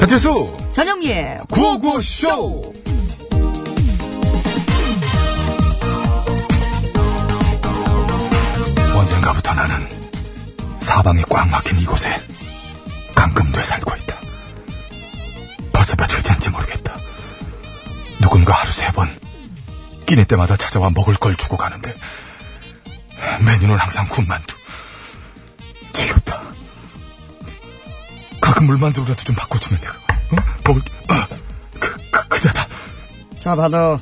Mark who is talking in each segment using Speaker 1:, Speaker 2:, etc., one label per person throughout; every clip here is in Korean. Speaker 1: 배칠수
Speaker 2: 전영미의
Speaker 1: 구호구쇼 언젠가부터 나는 사방이 꽉 막힌 이곳에 감금돼 살고 있다. 벌써 며칠째인지 모르겠다. 누군가 하루 세 번, 끼니 때마다 찾아와 먹을 걸 주고 가는데, 메뉴는 항상 군만두. 지겹다. 가끔 물만두라도 좀 바꿔주면 내가, 어? 먹을, 게- 어, 그, 그, 그자다.
Speaker 2: 자 받아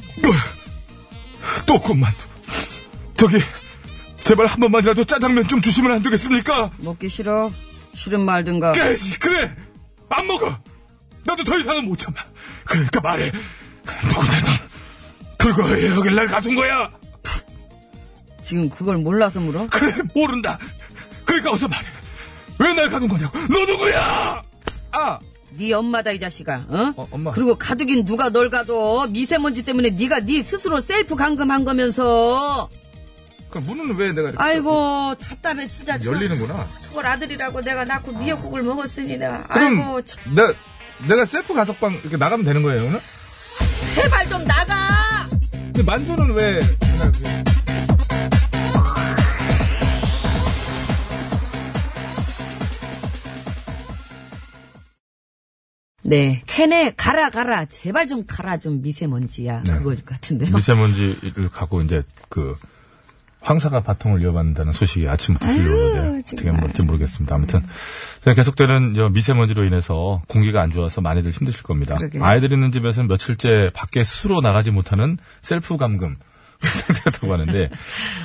Speaker 1: 또 군만두. 저기, 제발 한 번만이라도 짜장면 좀 주시면 안 되겠습니까?
Speaker 2: 먹기 싫어 싫은 말든가
Speaker 1: 그래, 그래. 안 먹어. 나도 더 이상은 못 참아. 그러니까 말해. 누구냐는 그리고 왜 여길 날 가둔 거야?
Speaker 2: 지금 그걸 몰라서 물어?
Speaker 1: 그래, 모른다. 그러니까 어서 말해. 왜 날 가둔 거냐고. 너 누구야? 아,
Speaker 2: 네 엄마다 이 자식아 어?
Speaker 1: 어, 엄마.
Speaker 2: 그리고 가두긴 누가 널 가둬 미세먼지 때문에 네가 네 스스로 셀프 감금한 거면서
Speaker 1: 그럼 문은 왜 내가 이렇게
Speaker 2: 아이고 답답해 진짜
Speaker 1: 열리는구나.
Speaker 2: 저걸 아들이라고 내가 낳고 미역국을 먹었으니 내가
Speaker 1: 그럼
Speaker 2: 아이고 참,
Speaker 1: 음, 나, 내가 셀프 가석방 이렇게 나가면 되는 거예요, 오늘?
Speaker 2: 제발 좀 나가
Speaker 1: 근데 만두는 왜?
Speaker 2: 네 캔에 가라 가라 제발 좀 가라 좀 미세먼지야
Speaker 1: 네.
Speaker 2: 그걸 같은데요
Speaker 1: 미세먼지를 갖고 이제 그 황사가 바통을 이어받는다는 소식이 아침부터 들려오는데 어떻게
Speaker 2: 정말.
Speaker 1: 될지 모르겠습니다. 아무튼 그냥 계속되는 저 미세먼지로 인해서 공기가 안 좋아서 많이들 힘드실 겁니다.
Speaker 2: 그러게요.
Speaker 1: 아이들 있는 집에서는 며칠째 밖에 스스로 나가지 못하는 셀프 감금 상태였다고 하는데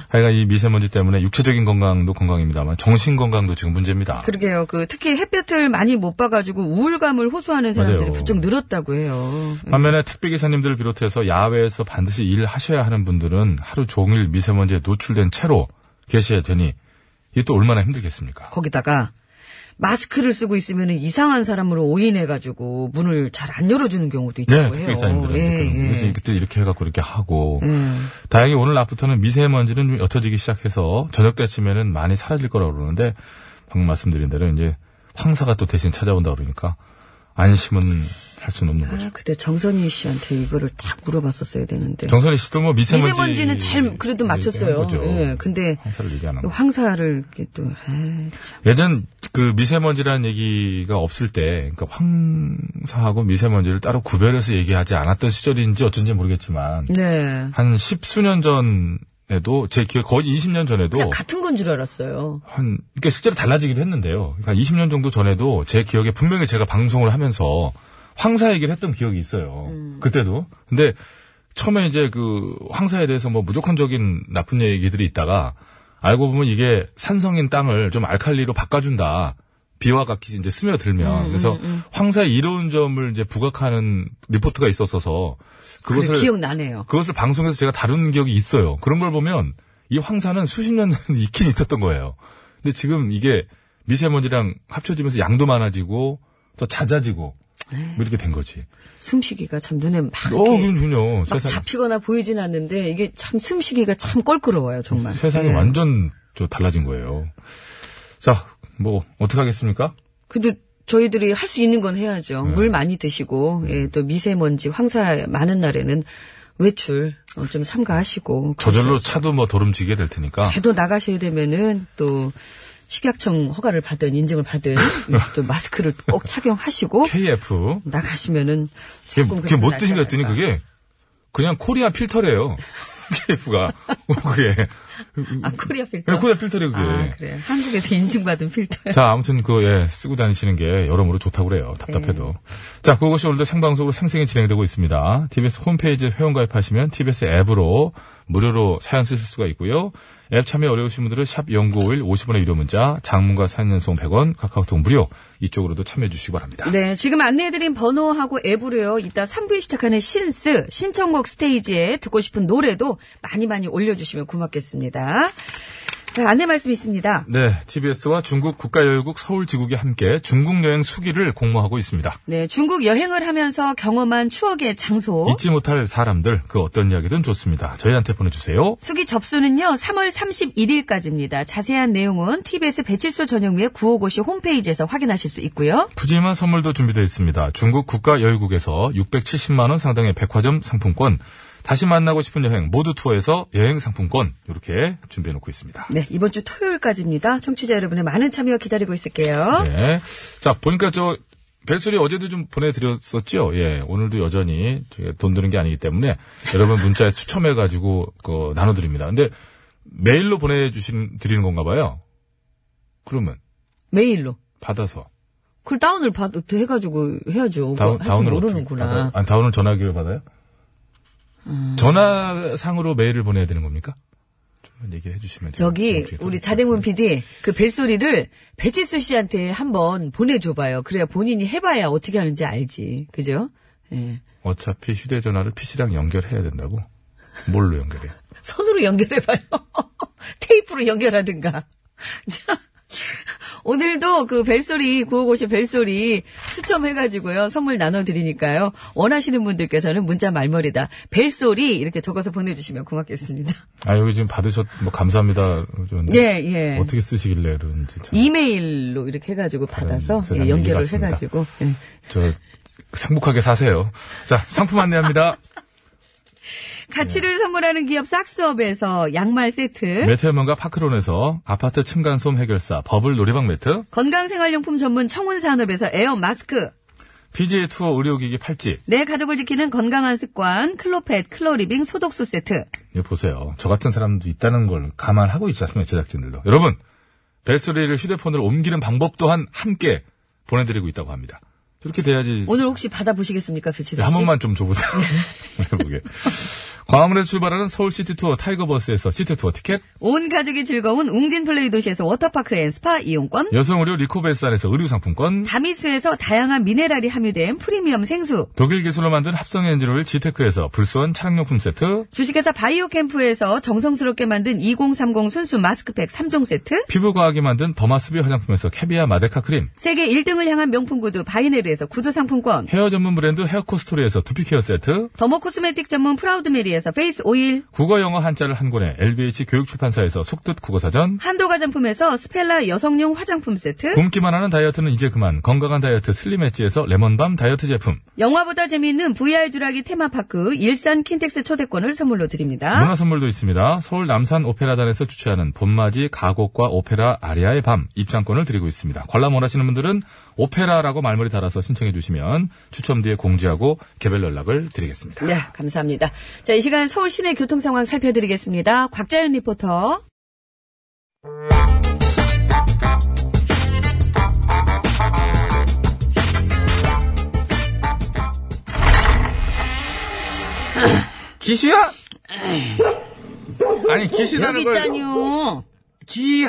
Speaker 1: 하여간 이 미세먼지 때문에 육체적인 건강도 건강입니다만 정신 건강도 지금 문제입니다.
Speaker 2: 그러게요. 그 특히 햇볕을 많이 못 봐가지고 우울감을 호소하는 사람들이
Speaker 1: 맞아요.
Speaker 2: 부쩍 늘었다고 해요.
Speaker 1: 반면에 택배기사님들을 비롯해서 야외에서 반드시 일하셔야 하는 분들은 하루 종일 미세먼지에 노출된 채로 계셔야 되니 이게 또 얼마나 힘들겠습니까?
Speaker 2: 거기다가 마스크를 쓰고 있으면 이상한 사람으로 오인해가지고 문을 잘 안 열어주는 경우도
Speaker 1: 네,
Speaker 2: 있다고 해요. 예,
Speaker 1: 택배기사님들은 그런- 그래서 그때 이렇게 해갖고 이렇게 하고
Speaker 2: 음.
Speaker 1: 다행히 오늘 낮부터는 미세먼지는 좀 옅어지기 시작해서 저녁 때쯤에는 많이 사라질 거라고 그러는데 방금 말씀드린 대로 이제 황사가 또 대신 찾아온다 그러니까 안심은 할 수는 없는 거죠.
Speaker 2: 아, 그때 정선희 씨한테 이거를 딱 물어봤었어야 되는데.
Speaker 1: 정선희 씨도 뭐 미세먼지
Speaker 2: 미세먼지는 잘 그래도 맞췄어요.
Speaker 1: 얘기한 거죠.
Speaker 2: 예, 근데
Speaker 1: 황사를 얘기하는 거.
Speaker 2: 그 황사를 이렇게 또 아, 참.
Speaker 1: 예전 그 미세먼지라는 얘기가 없을 때, 그러니까 황사하고 미세먼지를 따로 구별해서 얘기하지 않았던 시절인지 어쩐지 모르겠지만,
Speaker 2: 네.
Speaker 1: 한 십수년 전에도, 제 기억, 거의 20년 전에도,
Speaker 2: 그냥 같은 건 줄 알았어요.
Speaker 1: 한, 그러니까 실제로 달라지기도 했는데요. 그러니까 20년 정도 전에도 제 기억에 분명히 제가 방송을 하면서 황사 얘기를 했던 기억이 있어요.
Speaker 2: 음.
Speaker 1: 그때도. 근데 처음에 이제 그 황사에 대해서 뭐 무조건적인 나쁜 얘기들이 있다가 알고 보면 이게 산성인 땅을 좀 알칼리로 바꿔준다. 비와 같이 이제
Speaker 2: 음,
Speaker 1: 스며들면. 그래서 황사의 이로운 점을 이제 부각하는 리포트가 있었어서
Speaker 2: 그래,
Speaker 1: 그것을
Speaker 2: 기억나네요.
Speaker 1: 그것을 방송에서 제가 다룬 기억이 있어요. 그런 걸 보면 이 황사는 수십 년 전에 있긴 있었던 거예요. 근데 지금 이게 미세먼지랑 합쳐지면서 양도 많아지고 또 잦아지고
Speaker 2: 네.
Speaker 1: 뭐 이렇게 된 거지.
Speaker 2: 숨쉬기가 참 눈에 막
Speaker 1: 어,
Speaker 2: 이렇게
Speaker 1: 그럼요.
Speaker 2: 막
Speaker 1: 세상
Speaker 2: 잡히거나 보이진 않는데 이게 참 숨쉬기가 참 껄끄러워요 정말.
Speaker 1: 세상이
Speaker 2: 예.
Speaker 1: 완전 저 달라진 거예요. 자, 뭐 어떻게 하겠습니까?
Speaker 2: 그래도 저희들이 할 수 있는 건 해야죠.
Speaker 1: 네.
Speaker 2: 물 많이 드시고 예, 또 미세먼지 황사 많은 날에는 외출 어, 좀 삼가하시고
Speaker 1: 저절로 차도 뭐 도름지게 될 테니까.
Speaker 2: 그렇죠. 제도 나가셔야 되면은 또 식약청 허가를 받은 인증을 받은 또 마스크를 꼭 착용하시고
Speaker 1: KF.
Speaker 2: 나가시면은
Speaker 1: 그게,
Speaker 2: 조금
Speaker 1: 그게 못
Speaker 2: 그래도
Speaker 1: 드신 거
Speaker 2: 낫지
Speaker 1: 했더니
Speaker 2: 않을까.
Speaker 1: 그게 그냥 코리아 필터래요. KF가. 어, 그게.
Speaker 2: 아 코리아 필터.
Speaker 1: 그냥 코리아 필터래 그게.
Speaker 2: 아 그래 한국에서 인증받은 필터.
Speaker 1: 자, 아무튼 그, 예, 쓰고 다니시는 게 여러모로 좋다고 그래요. 답답해도. 자, 그것이 오늘도 생방송으로 생생히 진행되고 있습니다. TBS 홈페이지 회원가입하시면 TBS 앱으로 무료로 사연 쓰실 수가 있고요. 앱 참여 어려우신 분들은 샵 0951 50원의 유료 문자, 장문과 사연 연속 100원, 카카오톡 무료, 이쪽으로도 참여해 주시기 바랍니다.
Speaker 2: 네, 지금 안내해드린 번호하고 앱으로요, 이따 3부에 시작하는 신스, 신청곡 스테이지에 듣고 싶은 노래도 많이 많이 올려주시면 고맙겠습니다. 자, 안내 말씀 있습니다.
Speaker 1: 네, TBS와 중국 국가여유국 서울지국이 함께 중국 여행 수기를 공모하고 있습니다.
Speaker 2: 네, 중국 여행을 하면서 경험한 추억의 장소.
Speaker 1: 잊지 못할 사람들, 그 어떤 이야기든 좋습니다. 저희한테 보내주세요.
Speaker 2: 수기 접수는요, 3월 31일까지입니다. 자세한 내용은 TBS 배칠소 전용미의 955시 홈페이지에서 확인하실 수 있고요.
Speaker 1: 푸짐한 선물도 준비되어 있습니다. 중국 국가여유국에서 670만원 상당의 백화점 상품권, 다시 만나고 싶은 여행 모두 투어에서 여행 상품권 이렇게 준비해 놓고 있습니다.
Speaker 2: 네, 이번 주 토요일까지입니다. 청취자 여러분의 많은 참여 기다리고 있을게요.
Speaker 1: 네. 자, 보니까 저 벨소리 어제도 좀 보내드렸었죠. 예, 오늘도 여전히 저희가 돈 드는 게 아니기 때문에 여러분 문자에 추첨해가지고 그 나눠드립니다. 근데 메일로 보내주신 드리는 건가 봐요. 그러면
Speaker 2: 메일로.
Speaker 1: 받아서
Speaker 2: 그걸 다운을 받, 해가지고 해야죠.
Speaker 1: 다운
Speaker 2: 할줄
Speaker 1: 다운을
Speaker 2: 뭐 모르는구나. 음.
Speaker 1: 어떻게 받아요? 아니, 다운을 전화기로 받아요? 전화상으로 메일을 보내야 되는 겁니까? 좀만 얘기해 주시면 제가
Speaker 2: 저기
Speaker 1: 나중에 네, 또
Speaker 2: 우리 자댕문 PD 그 벨소리를 배치수 씨한테 한번 보내줘봐요. 그래야 본인이 해봐야 어떻게 하는지 알지. 그죠? 예.
Speaker 1: 어차피 휴대전화를 PC랑 연결해야 된다고? 뭘로 연결해?
Speaker 2: 선으로 연결해봐요. 테이프로 연결하든가. 자, 오늘도 그 벨소리, 955시 벨소리 추첨해가지고요. 선물 나눠드리니까요. 원하시는 분들께서는 문자 말머리다. 벨소리 이렇게 적어서 보내주시면 고맙겠습니다.
Speaker 1: 아, 여기 지금 받으셨, 뭐, 감사합니다. 그러는데
Speaker 2: 예, 예.
Speaker 1: 네. 어떻게 쓰시길래 그런지. 참.
Speaker 2: 이메일로 이렇게 해가지고 받아서
Speaker 1: 세상에
Speaker 2: 예, 연결을
Speaker 1: 일이 같습니다.
Speaker 2: 해가지고. 예.
Speaker 1: 저, 행복하게 사세요. 자, 상품
Speaker 2: 아,
Speaker 1: 안내합니다.
Speaker 2: 가치를 선물하는 기업 싹스업에서 양말 세트,
Speaker 1: 매트 전문가 파크론에서 아파트 층간소음 해결사 버블 놀이방 매트,
Speaker 2: 건강생활용품 전문 청운산업에서 에어 마스크,
Speaker 1: PGA 투어 의료기기 팔찌.
Speaker 2: 내 가족을 지키는 건강한 습관 클로펫 클로리빙 소독수 세트,
Speaker 1: 이거 예, 보세요. 저 같은 사람도 있다는 걸 감안하고 있지 않습니까? 제작진들도. 여러분, 벨소리를 휴대폰으로 옮기는 방법 또한 함께 보내드리고 있다고 합니다. 이렇게 돼야지.
Speaker 2: 오늘 혹시 받아보시겠습니까, 배치수 씨?
Speaker 1: 네,
Speaker 2: 네.
Speaker 1: 한 번만 좀 줘보세요. 해보게. 광화문에서 출발하는 서울 시티투어 타이거버스에서 시티투어 티켓,
Speaker 2: 온 가족이 즐거운 웅진 플레이 도시에서 워터파크 앤 스파 이용권,
Speaker 1: 여성 의료 리코베스안에서 의류 상품권,
Speaker 2: 다미수에서 다양한 미네랄이 함유된 프리미엄 생수,
Speaker 1: 독일 기술로 만든 합성 엔진 오일 지테크에서 불수원 차량용품 세트,
Speaker 2: 주식회사 바이오캠프에서 정성스럽게 만든 2030 순수 마스크팩 3종 세트,
Speaker 1: 피부과학이 만든 더마스비 화장품에서 캐비아 마데카 크림,
Speaker 2: 세계 1등을 향한 명품 구두 바이네르에서 구두 상품권,
Speaker 1: 헤어 전문 브랜드 헤어코스토리에서 두피 케어 세트,
Speaker 2: 더모 코스메틱 전문 프라우드메리에서 페이스 오일,
Speaker 1: 국어 영어 한자를 한 권에 LBH 교육출판사에서 속뜻 국어사전,
Speaker 2: 한도 화장품에서 스펠라 여성용 화장품 세트,
Speaker 1: 굶기만 하는 다이어트는 이제 그만 건강한 다이어트 슬림 엣지에서 레몬밤 다이어트 제품,
Speaker 2: 영화보다 재미있는 VR 주라기 테마파크 일산 킨텍스 초대권을 선물로 드립니다.
Speaker 1: 문화 선물도 있습니다. 서울 남산 오페라단에서 주최하는 봄맞이 가곡과 오페라 아리아의 밤 입장권을 드리고 있습니다. 관람 원하시는 분들은 오페라라고 말머리 달아서 신청해 주시면 추첨 뒤에 공지하고 개별 연락을 드리겠습니다.
Speaker 2: 네, 감사합니다. 자, 이 시간 서울 시내 교통 상황 살펴드리겠습니다. 곽자연 리포터.
Speaker 3: 기시야? 아니
Speaker 2: 여기
Speaker 3: 기시다는 걸 기
Speaker 2: 있잖요.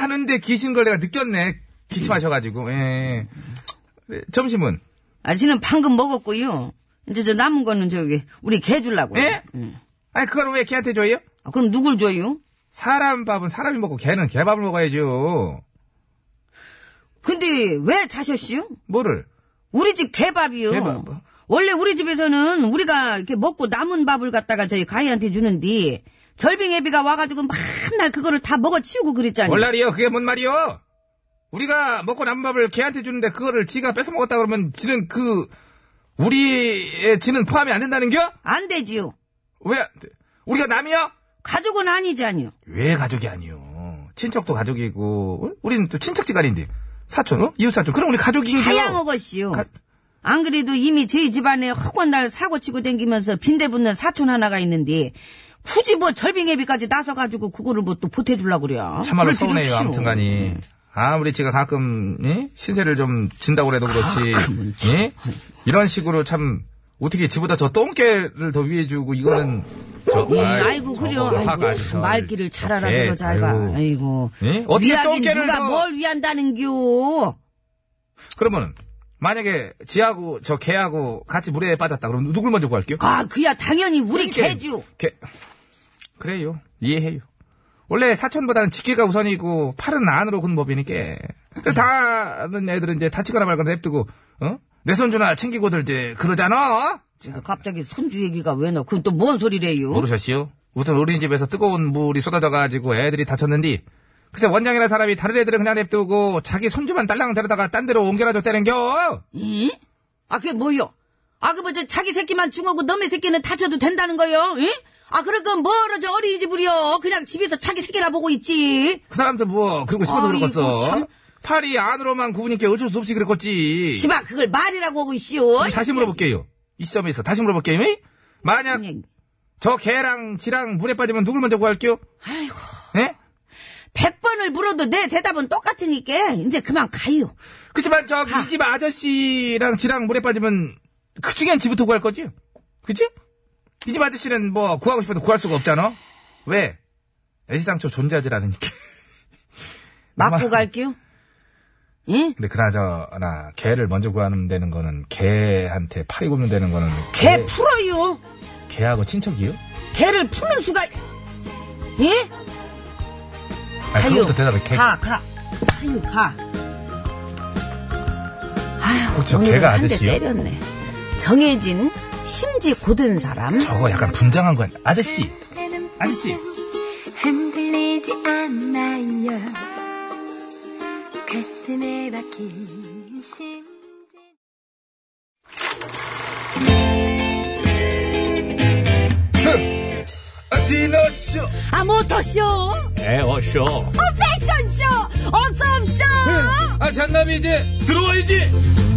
Speaker 3: 하는데 기신 걸 내가 느꼈네. 기침하셔가지고. 예. 네, 점심은?
Speaker 2: 아지는 방금 먹었고요. 이제 저 남은 거는 저기 우리 개 줄라고요.
Speaker 3: 예? 아니 그걸 왜 개한테 줘요?
Speaker 2: 아, 그럼 누굴 줘요?
Speaker 3: 사람 밥은 사람이 먹고 개는 개밥을 먹어야죠.
Speaker 2: 근데 왜 자셨시요?
Speaker 3: 뭐를?
Speaker 2: 우리 집 개밥이요.
Speaker 3: 개밥, 뭐?
Speaker 2: 원래 우리 집에서는 우리가 이렇게 먹고 남은 밥을 갖다가 저희 가희한테 주는데 절빙애비가 와가지고 맨날 그거를 다 먹어치우고 그랬잖아요.
Speaker 3: 월날이요. 그게 뭔 말이요? 우리가 먹고 남은 밥을 개한테 주는데 그거를 지가 뺏어 먹었다 그러면 지는 그 우리의 지는 포함이 안 된다는겨?
Speaker 2: 안 되지요.
Speaker 3: 왜? 안 돼? 우리가 남이요?
Speaker 2: 가족은 아니잖요.
Speaker 3: 왜 가족이 아니요? 친척도 가족이고, 어? 우리는 또 친척지간인데. 사촌, 어? 이웃사촌. 그럼 우리 가족인가요?
Speaker 2: 하양 어거씨요.
Speaker 3: 가-
Speaker 2: 안 그래도 이미 저희 집안에 허건 날 사고 치고 댕기면서 빈대 붙는 사촌 하나가 있는데 굳이 뭐 절빙애비까지 나서가지고 그거를 뭐 또 보태주려고 그래. 그럴
Speaker 3: 참말로
Speaker 2: 필요
Speaker 3: 서운해요,
Speaker 2: 없이요.
Speaker 3: 아무튼
Speaker 2: 네.
Speaker 3: 간이. 아무리 제가 가끔, 예? 신세를 좀 진다고 해도 그렇지.
Speaker 2: 아, 뭐
Speaker 3: 예? 이런 식으로 참, 어떻게 지보다 저 똥개를 더 위해 주고, 이거는, 저,
Speaker 2: 예, 아이고, 그래요.
Speaker 3: 저거 화가
Speaker 2: 아이고,
Speaker 3: 아니죠.
Speaker 2: 참 말귀를 잘
Speaker 3: 예,
Speaker 2: 알아들어, 자기가.
Speaker 3: 아이고.
Speaker 2: 아이고.
Speaker 3: 예? 어떻게
Speaker 2: 위하긴
Speaker 3: 똥개를
Speaker 2: 누가
Speaker 3: 더-
Speaker 2: 뭘 위한다는겨.
Speaker 3: 그러면, 만약에 지하고 저 개하고 같이 물에 빠졌다. 그럼 누굴 먼저 구할게요?
Speaker 2: 아, 그야 당연히 우리 개죠.
Speaker 3: 개. 그래요. 이해해요. 원래 사촌보다는 직계가 우선이고 팔은 안으로 군 법이니까. 그래, 다른 애들은 이제 다치거나 말거나 냅두고 어? 내 손주나 챙기고들 이제 그러잖아.
Speaker 2: 그래서 갑자기 손주 얘기가 왜 나? 그건 또 뭔 소리래요?
Speaker 3: 모르셨시요? 무슨 어린이집에서 뜨거운 물이 쏟아져가지고 애들이 다쳤는데 글쎄 원장이라는 사람이 다른 애들은 그냥 냅두고 자기 손주만 딸랑 데려다가 딴 데로 옮겨라 줬다는겨
Speaker 2: 이? 아, 그게 뭐요? 아, 그뭐 저, 자기 새끼만 중하고 너의 새끼는 다쳐도 된다는 거요? 예? 아, 그럴 건 뭐로 저 어린이집을요? 그냥 집에서 자기 새끼나 보고 있지.
Speaker 3: 그 사람도 뭐 그러고 싶어서
Speaker 2: 아이고, 참.
Speaker 3: 그러겠어 팔이 안으로만 구우니까 어쩔 수 없이 그랬겠지
Speaker 2: 시방 그걸 말이라고 하고 있시오.
Speaker 3: 그럼 다시 물어볼게요 이 점에서 다시 물어볼게요 이? 만약
Speaker 2: 그냥,
Speaker 3: 저 개랑 지랑 물에 빠지면 누굴 먼저 구할게요?
Speaker 2: 아이고,
Speaker 3: 예?
Speaker 2: 백번을 물어도 내 대답은 똑같으니까 이제 그만 가요.
Speaker 3: 그치만 저기
Speaker 2: 가.
Speaker 3: 집 아저씨랑 지랑 물에 빠지면 그 중엔 지부터 구할 거지? 그치? 이 집 아저씨는 뭐 구하고 싶어도 구할 수가 없잖아? 왜? 애시당초 존재하질 않으니까.
Speaker 2: 맞고
Speaker 3: 엄마.
Speaker 2: 갈게요. 예?
Speaker 3: 근데 그나저나 개를 먼저 구하면 되는 거는 개한테 팔이 굽는 되는 거는
Speaker 2: 개 풀어요.
Speaker 3: 개하고 친척이요?
Speaker 2: 개를 푸는 수가, 예?
Speaker 3: 아니
Speaker 2: 가요.
Speaker 3: 그것부터 대답해. 개,
Speaker 2: 가, 가. 가요, 가. 아휴,
Speaker 3: 그쵸,
Speaker 2: 오늘은
Speaker 3: 걔가
Speaker 2: 한 대
Speaker 3: 아저씨요?
Speaker 2: 때렸네. 정해진 심지 고든 사람.
Speaker 3: 저거 약간 분장한 거 아니- 아저씨. 아저씨.
Speaker 4: 흔들리지 않아요 가슴에 박힌 심장
Speaker 3: 디너쇼.
Speaker 2: 아 모터쇼,
Speaker 1: 에어쇼.
Speaker 2: 어 패션쇼, 어썸쇼.
Speaker 3: 아 잔남이 이제 들어와야지.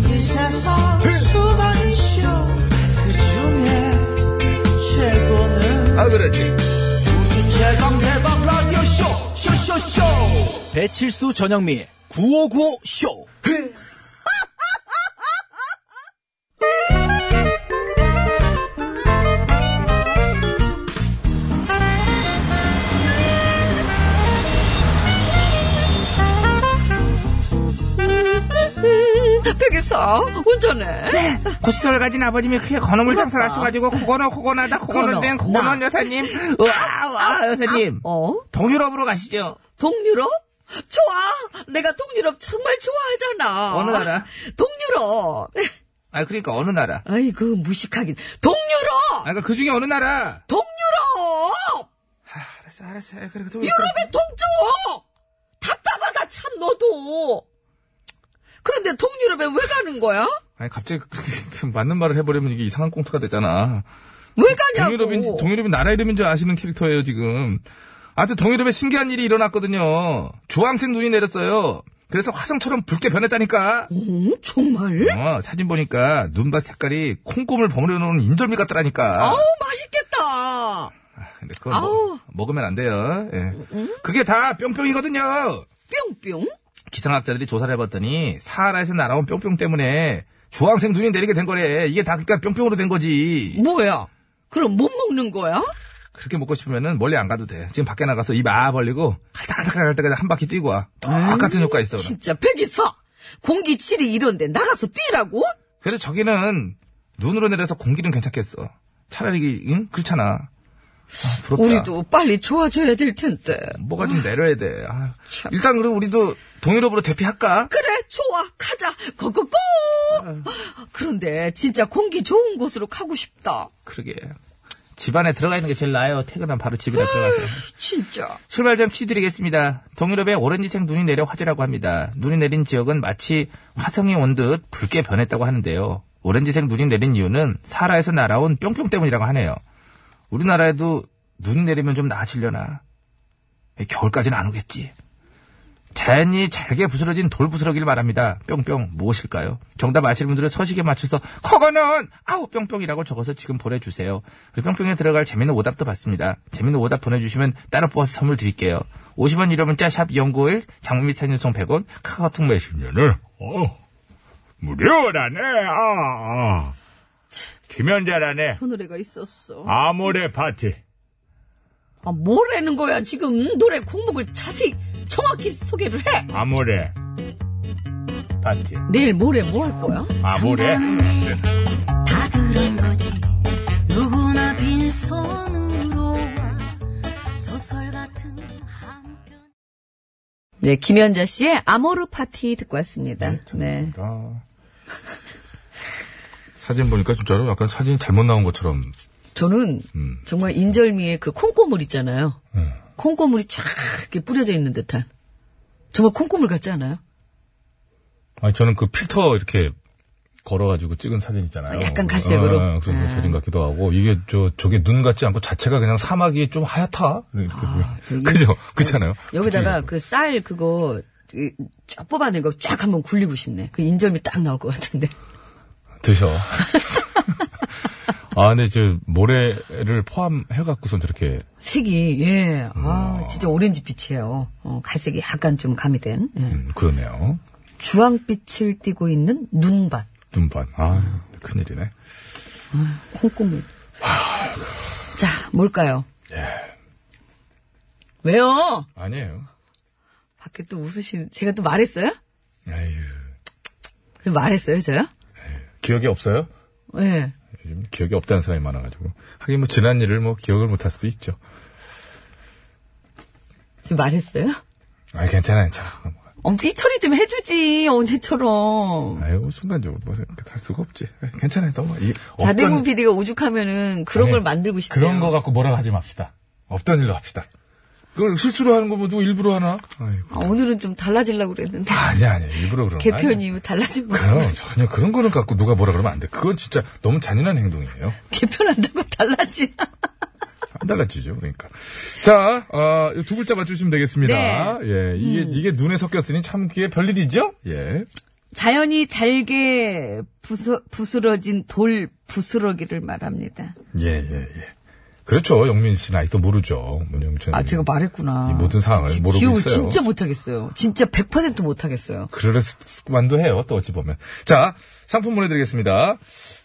Speaker 5: 이 세상 수많은 쇼그 중에 최고는
Speaker 3: 아 그렇지.
Speaker 5: 우주 최강 대박 라디오 쇼 쇼쇼쇼
Speaker 6: 배칠수 전영미 9595 쇼.
Speaker 2: 백에서 운전해.
Speaker 1: 네,
Speaker 3: 고시설 가진 아버님이 크게 건어물 장사를 하셔가지고 고건어 고건하다
Speaker 2: 고건어,
Speaker 3: 고건어된 고건어
Speaker 2: 나.
Speaker 3: 여사님 으아와 여사님
Speaker 2: 어?
Speaker 3: 동유럽으로 가시죠
Speaker 2: 동유럽? 좋아. 내가 동유럽 정말 좋아하잖아.
Speaker 3: 어느 나라?
Speaker 2: 동유럽.
Speaker 3: 아 그러니까 어느 나라
Speaker 2: 아이고 무식하긴. 동유럽,
Speaker 1: 그러니까
Speaker 3: 아까 그 중에 어느 나라
Speaker 2: 동유럽.
Speaker 3: 알았어 알았어
Speaker 1: 아,
Speaker 3: 그래 그
Speaker 2: 유럽의 동쪽! 답답하다, 참, 너도! 그런데 동유럽에 왜 가는 거야?
Speaker 1: 아니 갑자기 그렇게 맞는 말을 해버리면 이게 이상한 꽁트가 되잖아.
Speaker 2: 왜 가냐고!
Speaker 1: 동유럽인 동유럽인 나라 이름인 줄 아시는 캐릭터예요 지금. 아무튼 동유럽에 신기한 일이 일어났거든요. 주황색 눈이 내렸어요. 그래서 화성처럼 붉게 변했다니까.
Speaker 2: 응? 음, 정말?
Speaker 1: 어, 사진 보니까 눈밭 색깔이 콩고물 버무려 놓은 인절미 같더라니까.
Speaker 2: 아우, 맛있겠다!
Speaker 1: 아, 근데 그건
Speaker 2: 어? 아우.
Speaker 1: 먹, 으면안 돼요. 예. 그게 다 뿅뿅이거든요.
Speaker 2: 뿅뿅?
Speaker 1: 기상학자들이 조사를 해봤더니 사하라에서 날아온 뿅뿅 때문에 주황색 눈이 내리게 된 거래. 이게 다 그러니까 뿅뿅으로 된 거지.
Speaker 2: 뭐야? 그럼 못 먹는 거야?
Speaker 1: 그렇게 먹고 싶으면은 멀리 안 가도 돼. 지금 밖에 나가서 입 아 벌리고 할딱할딱할 때까지 한 바퀴 뛰고 와. 똑같은 효과 있어. 그럼.
Speaker 2: 진짜, 백이사! 공기질이 이런데 나가서 뛰라고?
Speaker 1: 그래도 저기는 눈으로 내려서 공기는 괜찮겠어. 차라리 이게, 응? 그렇잖아. 아, 부럽다.
Speaker 2: 우리도 빨리 좋아져야 될 텐데.
Speaker 1: 뭐가 좀 내려야 돼. 아,
Speaker 2: 참.
Speaker 1: 일단 그럼 우리도 동유럽으로 대피할까?
Speaker 2: 그래, 좋아, 가자, 고고고! 그런데, 진짜 공기 좋은 곳으로 가고 싶다.
Speaker 3: 그러게 집안에 들어가 있는 게 제일 나아요 퇴근하면 바로 집이나 들어가서
Speaker 2: 진짜.
Speaker 3: 출발 좀 시드리겠습니다 동유럽에 오렌지색 눈이 내려 화재라고 합니다 눈이 내린 지역은 마치 화성이 온 듯 붉게 변했다고 하는데요 오렌지색 눈이 내린 이유는 사라에서 날아온 뿅뿅 때문이라고 하네요 우리나라에도 눈 내리면 좀 나아지려나 예, 겨울까지는 안 오겠지 자연이 잘게 부스러진 돌 부스러기를 말합니다. 뿅뿅 무엇일까요? 정답 아시는 분들은 서식에 맞춰서 그거는 아우 뿅뿅이라고 적어서 지금 보내주세요. 그리고 뿅뿅에 들어갈 재미있는 오답도 받습니다. 재미있는 오답 보내주시면 따로 뽑아서 선물 드릴게요. 50원 이러면 짜샵 0951 장문 및 사진 송 100원 카카오톡 메신저
Speaker 1: 면을 어 무료라네. 아, 아. 김연자라네.
Speaker 2: 저 노래가 있었어.
Speaker 1: 아모레 파티.
Speaker 2: 아, 뭐라는 거야, 지금. 노래 곡목을 자세히, 정확히 소개를 해.
Speaker 1: 아모레 파티.
Speaker 2: 내일 모레 뭐 할 거야?
Speaker 1: 아모레.
Speaker 4: 다 그런 거지 누구나 빈손으로 서 소설 같은 한편
Speaker 2: 네, 김연자 씨의 아모르 파티 듣고 왔습니다. 네.
Speaker 1: 아. 사진 보니까 진짜로 약간 사진이 잘못 나온 것처럼
Speaker 2: 저는
Speaker 1: 음.
Speaker 2: 정말 인절미에 그 콩고물 있잖아요.
Speaker 1: 음.
Speaker 2: 콩고물이 쫙 이렇게 뿌려져 있는 듯한. 정말 콩고물 같지 않아요?
Speaker 1: 아니 저는 그 필터 이렇게 걸어가지고 찍은 사진 있잖아요.
Speaker 2: 아, 약간 갈색으로?
Speaker 1: 아, 그런
Speaker 2: 아.
Speaker 1: 사진 같기도 하고 이게 저 저게 눈 같지 않고 자체가 그냥 사막이 좀 하얗다. 이렇게
Speaker 2: 아, 저기-
Speaker 1: 그죠? 그렇잖아요.
Speaker 2: 여기다가
Speaker 1: 그중에.
Speaker 2: 그 쌀 그거 이쫙 뽑아낸 거 쫙 한번 굴리고 싶네. 그 인절미 딱 나올 것 같은데.
Speaker 1: 드셔. 아 근데 저 모래를 포함해갖고선 저렇게
Speaker 2: 색이 예, 아 진짜 오렌지 빛이에요. 어, 갈색이 약간 좀 가미된 예.
Speaker 1: 음, 그러네요.
Speaker 2: 주황빛을 띠고 있는 눈밭
Speaker 1: 눈반. 아 큰일이네.
Speaker 2: 콩고물. 자 뭘까요?
Speaker 1: 예.
Speaker 2: 왜요?
Speaker 1: 아니에요.
Speaker 2: 밖에 또 웃으신 제가 또 말했어요?
Speaker 1: 아유
Speaker 2: 그 말했어요 저요?
Speaker 1: 기억이 없어요?
Speaker 2: 예.
Speaker 1: 요즘 기억이 없다는 사람이 많아가지고 하긴 뭐 지난 일을 뭐 기억을 못할 수도 있죠.
Speaker 2: 저 말했어요?
Speaker 1: 아 괜찮아요. 자
Speaker 2: 어, 삐처리 좀 해주지 언제처럼.
Speaker 1: 아유, 뭐 순간적으로 뭐할 수가 없지. 아이, 괜찮아요, 너무. 이,
Speaker 2: 자대문 PD가 오죽하면은 그런
Speaker 1: 아니,
Speaker 2: 걸 만들고 싶대요.
Speaker 1: 네. 그런 거 갖고 뭐라고 하지 맙시다. 없던 일로 합시다. 그걸 실수로 하는 거뭐 누구 일부러 하나? 아이고.
Speaker 2: 아, 오늘은 좀 달라지려고 그랬는데
Speaker 1: 아니, 아니, 일부러 그런 거. 아니야.
Speaker 2: 개편이 뭐 달라진 거
Speaker 1: 그럼 전혀 그런 거는 갖고 누가 뭐라 그러면 안 돼. 그건 진짜 너무 잔인한 행동이에요.
Speaker 2: 개편한다고 달라지나?
Speaker 1: 안 달라지죠, 그러니까. 자, 어, 이두 글자 맞추시면 되겠습니다.
Speaker 2: 네.
Speaker 1: 예, 이게, 이게 눈에 섞였으니 참 그게 별일이죠? 예.
Speaker 2: 자연이 잘게 부서, 부스러진 돌 부스러기를 말합니다.
Speaker 1: 예, 예, 예. 그렇죠. 영민 씨는 아직도 모르죠. 문영철.
Speaker 2: 아, 제가 말했구나.
Speaker 1: 네. 이 모든 상황을
Speaker 2: 지-
Speaker 1: 모르고
Speaker 2: 기억을
Speaker 1: 있어요.
Speaker 2: 진짜 못하겠어요. 진짜 100% 못하겠어요.
Speaker 1: 그럴만도 해요, 또 어찌 보면. 자, 상품 보내드리겠습니다.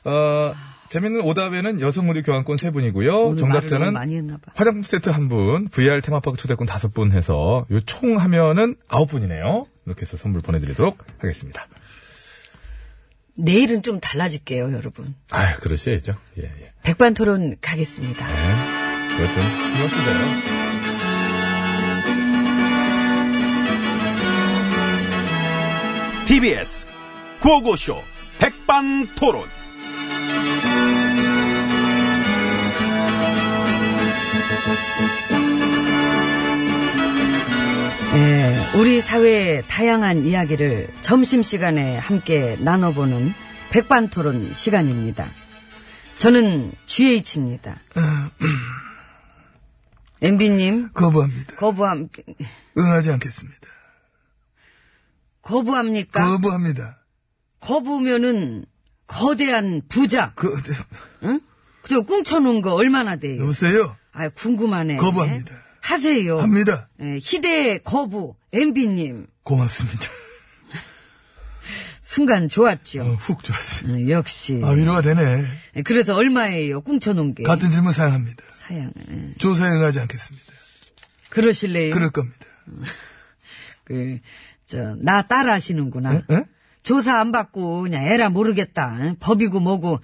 Speaker 1: 어, 재밌는 오답에는 여성 의류 교환권 세분이고요
Speaker 2: 오늘 말을 너무
Speaker 1: 어, 정답자는
Speaker 2: 많이 했나 봐.
Speaker 1: 화장품 세트 한분 VR 테마파크 초대권 다섯 분 해서 요 총 하면은 아홉 분이네요 이렇게 해서 선물 보내드리도록 하겠습니다.
Speaker 2: 내일은 좀 달라질게요, 여러분.
Speaker 1: 아 그러셔야죠. 예, 예.
Speaker 2: 백반 토론 가겠습니다.
Speaker 1: 그것좀 신경 쓰세요.
Speaker 5: TBS 구호고쇼 백반토론
Speaker 2: 예, 우리 사회의 다양한 이야기를 점심시간에 함께 나눠보는 백반 토론 시간입니다. 저는 GH입니다. MB님,
Speaker 7: 거부합니다.
Speaker 2: 거부함,
Speaker 7: 응하지 않겠습니다.
Speaker 2: 거부합니까?
Speaker 7: 거부합니다.
Speaker 2: 거부면은 거대한 부자.
Speaker 7: 그,
Speaker 2: 응? 그저 꿍쳐놓은 거 얼마나 돼요?
Speaker 7: 여보세요?
Speaker 2: 아 궁금하네.
Speaker 7: 거부합니다.
Speaker 2: 하세요.
Speaker 7: 합니다.
Speaker 2: 예, 희대의 거부 MB님
Speaker 7: 고맙습니다.
Speaker 2: 순간 좋았죠.
Speaker 7: 어, 훅 좋았어요.
Speaker 2: 어, 역시.
Speaker 7: 아, 위로가 되네.
Speaker 2: 예, 그래서 얼마예요? 꿍쳐놓은 게.
Speaker 7: 같은 질문 사양합니다.
Speaker 2: 사양. 예.
Speaker 7: 조사에 응하지 않겠습니다.
Speaker 2: 그러실래요?
Speaker 7: 그럴 겁니다.
Speaker 2: 그, 저, 나 따라 하시는구나.
Speaker 7: 응?
Speaker 2: 조사 안 받고, 그냥 에라 모르겠다. 응? 법이고 뭐고.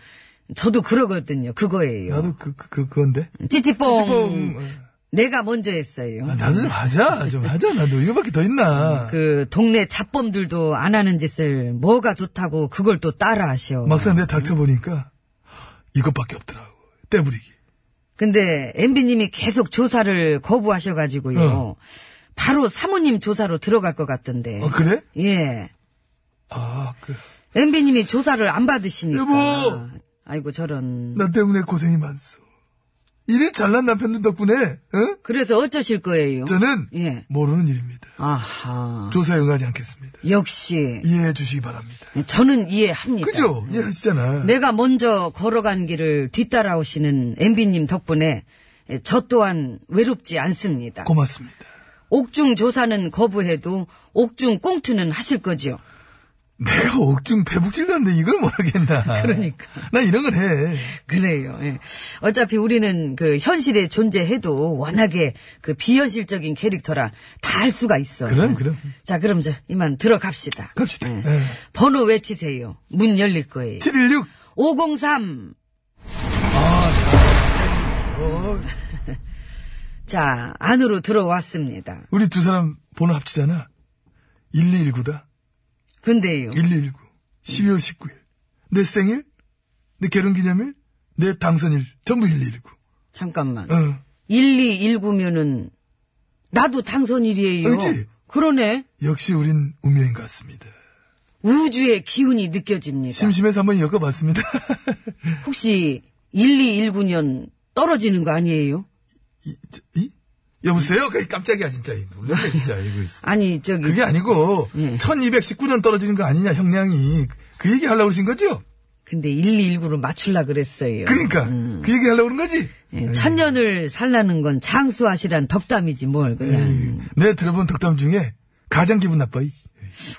Speaker 2: 저도 그러거든요. 그거예요.
Speaker 7: 나도 그, 그, 그 그건데.
Speaker 2: 찌찌뽕.
Speaker 7: 뽕. 어.
Speaker 2: 내가 먼저 했어요.
Speaker 7: 아, 나도 좀 하자. 좀 하자. 나도 이거밖에 더 있나.
Speaker 2: 그, 동네 잡범들도 안 하는 짓을 뭐가 좋다고 그걸 또 따라 하셔.
Speaker 7: 막상 내가 닥쳐보니까 이것밖에 없더라고. 떼부리기.
Speaker 2: 근데, 엠비님이 계속 조사를 거부하셔가지고요.
Speaker 7: 어.
Speaker 2: 바로 사모님 조사로 들어갈 것 같던데.
Speaker 7: 어, 그래?
Speaker 2: 예.
Speaker 7: 아, 그,
Speaker 2: 엠비님이 조사를 안 받으시니까.
Speaker 7: 여보!
Speaker 2: 아이고 저런.
Speaker 7: 나 때문에 고생이 많소. 이래 잘난 남편들 덕분에, 응?
Speaker 2: 그래서 어쩌실 거예요?
Speaker 7: 저는
Speaker 2: 예.
Speaker 7: 모르는 일입니다.
Speaker 2: 아하.
Speaker 7: 조사에 응하지 않겠습니다.
Speaker 2: 역시
Speaker 7: 이해해 주시기 바랍니다.
Speaker 2: 저는 이해합니다.
Speaker 7: 그죠? 이해하시잖아.
Speaker 2: 내가 먼저 걸어간 길을 뒤따라오시는 엠비님 덕분에 저 또한 외롭지 않습니다.
Speaker 7: 고맙습니다.
Speaker 2: 옥중 조사는 거부해도 옥중 꽁트는 하실 거죠.
Speaker 7: 내가 옥중 배북질도 하는데 이걸 모르겠나.
Speaker 2: 그러니까.
Speaker 7: 나 이런 걸 해.
Speaker 2: 그래요. 예. 어차피 우리는 그 현실에 존재해도 워낙에 그 비현실적인 캐릭터라 다 할 수가 있어.
Speaker 7: 그럼, 그럼.
Speaker 2: 자, 그럼 이제 이만 들어갑시다.
Speaker 7: 갑시다.
Speaker 2: 예.
Speaker 7: 예.
Speaker 2: 번호 외치세요. 문 열릴 거예요.
Speaker 7: 716.
Speaker 2: 아, 503. 자, 안으로 들어왔습니다.
Speaker 7: 우리 두 사람 번호 합치잖아. 1219다.
Speaker 2: 근데요.
Speaker 7: 1219. 12월 19일. 내 생일, 내 결혼기념일, 내 당선일. 전부 1219.
Speaker 2: 잠깐만.
Speaker 7: 어.
Speaker 2: 1219면은 나도 당선일이에요.
Speaker 7: 그지?
Speaker 2: 그러네.
Speaker 7: 역시 우린 운명인 것 같습니다.
Speaker 2: 우주의 기운이 느껴집니다.
Speaker 7: 심심해서 한번 엮어봤습니다.
Speaker 2: 혹시 1219년 떨어지는 거 아니에요?
Speaker 7: 이, 저, 이? 여보세요? 그, 깜짝이야, 진짜. 이 놀랐네, 진짜. 이거.
Speaker 2: 아니, 저기.
Speaker 7: 그게 아니고,
Speaker 2: 예.
Speaker 7: 1219년 떨어지는 거 아니냐, 형량이. 그 얘기 하려고 그러신 거죠?
Speaker 2: 근데 1219로 맞추려 그랬어요.
Speaker 7: 그러니까. 그 얘기 하려고 그런 거지?
Speaker 2: 예, 천년을 살라는 건 장수하시란 덕담이지 뭘 그냥.
Speaker 7: 내가 들어본 덕담 중에 가장 기분 나빠, 이.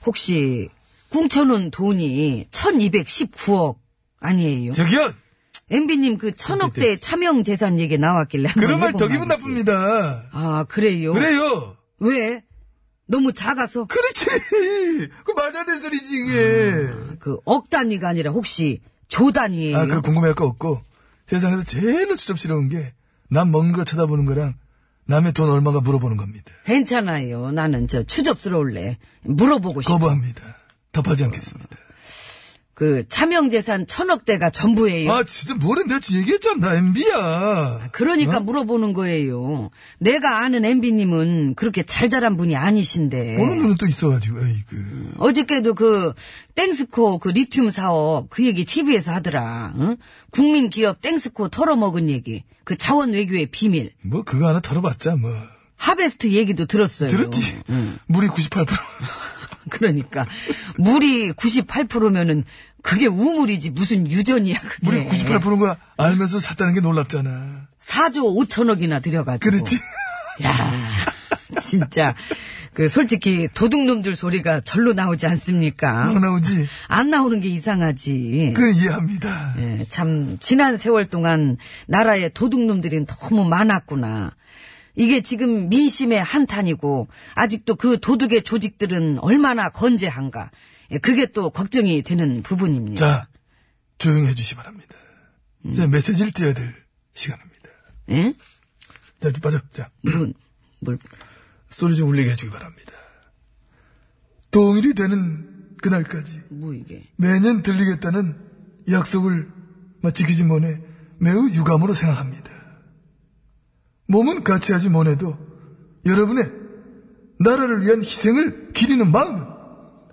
Speaker 2: 혹시 궁쳐놓은 돈이 1219억 아니에요?
Speaker 7: 저기요!
Speaker 2: 엠비님 그 천억대 차명 재산 얘기 나왔길래 한번
Speaker 7: 그런 말 더
Speaker 2: 해본
Speaker 7: 기분
Speaker 2: 말이지.
Speaker 7: 나쁩니다.
Speaker 2: 아 그래요?
Speaker 7: 그래요!
Speaker 2: 왜? 너무 작아서
Speaker 7: 그렇지! 그 말도 안 되는 소리지, 이게.
Speaker 2: 그 억 단위가 아니라 혹시 조 단위예요?
Speaker 7: 아, 그거 궁금해 할 거 없고, 세상에서 제일로 추접스러운 게, 남 먹는 거 쳐다보는 거랑, 남의 돈 얼마가 물어보는 겁니다.
Speaker 2: 괜찮아요. 나는 저 추접스러울래. 물어보고 싶어.
Speaker 7: 거부합니다. 답하지 않겠습니다.
Speaker 2: 그 차명 재산 천억대가 전부예요.
Speaker 7: 아, 진짜 뭐래? 내가 얘기했잖아. 나 MB야.
Speaker 2: 음. 그러니까 물어보는 거예요. 내가 아는 엠비님은 그렇게 잘 자란 분이 아니신데.
Speaker 7: 보는 눈은 또 있어가지고, 에이그.
Speaker 2: 어저께도 그 땡스코 그 리튬 사업 그 얘기 TV에서 하더라. 응? 국민 기업 땡스코 털어먹은 얘기. 그 자원 외교의 비밀.
Speaker 7: 뭐, 그거 하나 털어봤자, 뭐.
Speaker 2: 하베스트 얘기도 들었어요.
Speaker 7: 들었지? 물이 98%.
Speaker 2: 그러니까 물이 98%면은 그게 우물이지 무슨 유전이야 그게.
Speaker 7: 물이 98%가 알면서 샀다는 게 놀랍잖아.
Speaker 2: 4조 5천억이나 들여가지고.
Speaker 7: 그렇지?
Speaker 2: 야, 진짜 그 솔직히 도둑놈들 소리가 절로 나오지 않습니까?
Speaker 7: 막 나오지?
Speaker 2: 안 나오는 게 이상하지.
Speaker 7: 그건 이해합니다.
Speaker 2: 예, 참 지난 세월 동안 나라에 도둑놈들이 너무 많았구나. 이게 지금 민심의 한탄이고 아직도 그 도둑의 조직들은 얼마나 건재한가. 예, 그게 또 걱정이 되는 부분입니다.
Speaker 7: 자, 조용히 해주시 바랍니다. 자, 메시지를 띄워야 될 시간입니다.
Speaker 2: 예?
Speaker 7: 자, 좀 빠져. 자,
Speaker 2: 뭘, 뭘,
Speaker 7: 소리 좀 울리게 해주기 바랍니다. 동일이 되는 그날까지
Speaker 2: 뭐 이게.
Speaker 7: 매년 들리겠다는 약속을 마- 지키지 못해 매우 유감으로 생각합니다. 몸은 같이 하지 못해도 여러분의 나라를 위한 희생을 기리는 마음은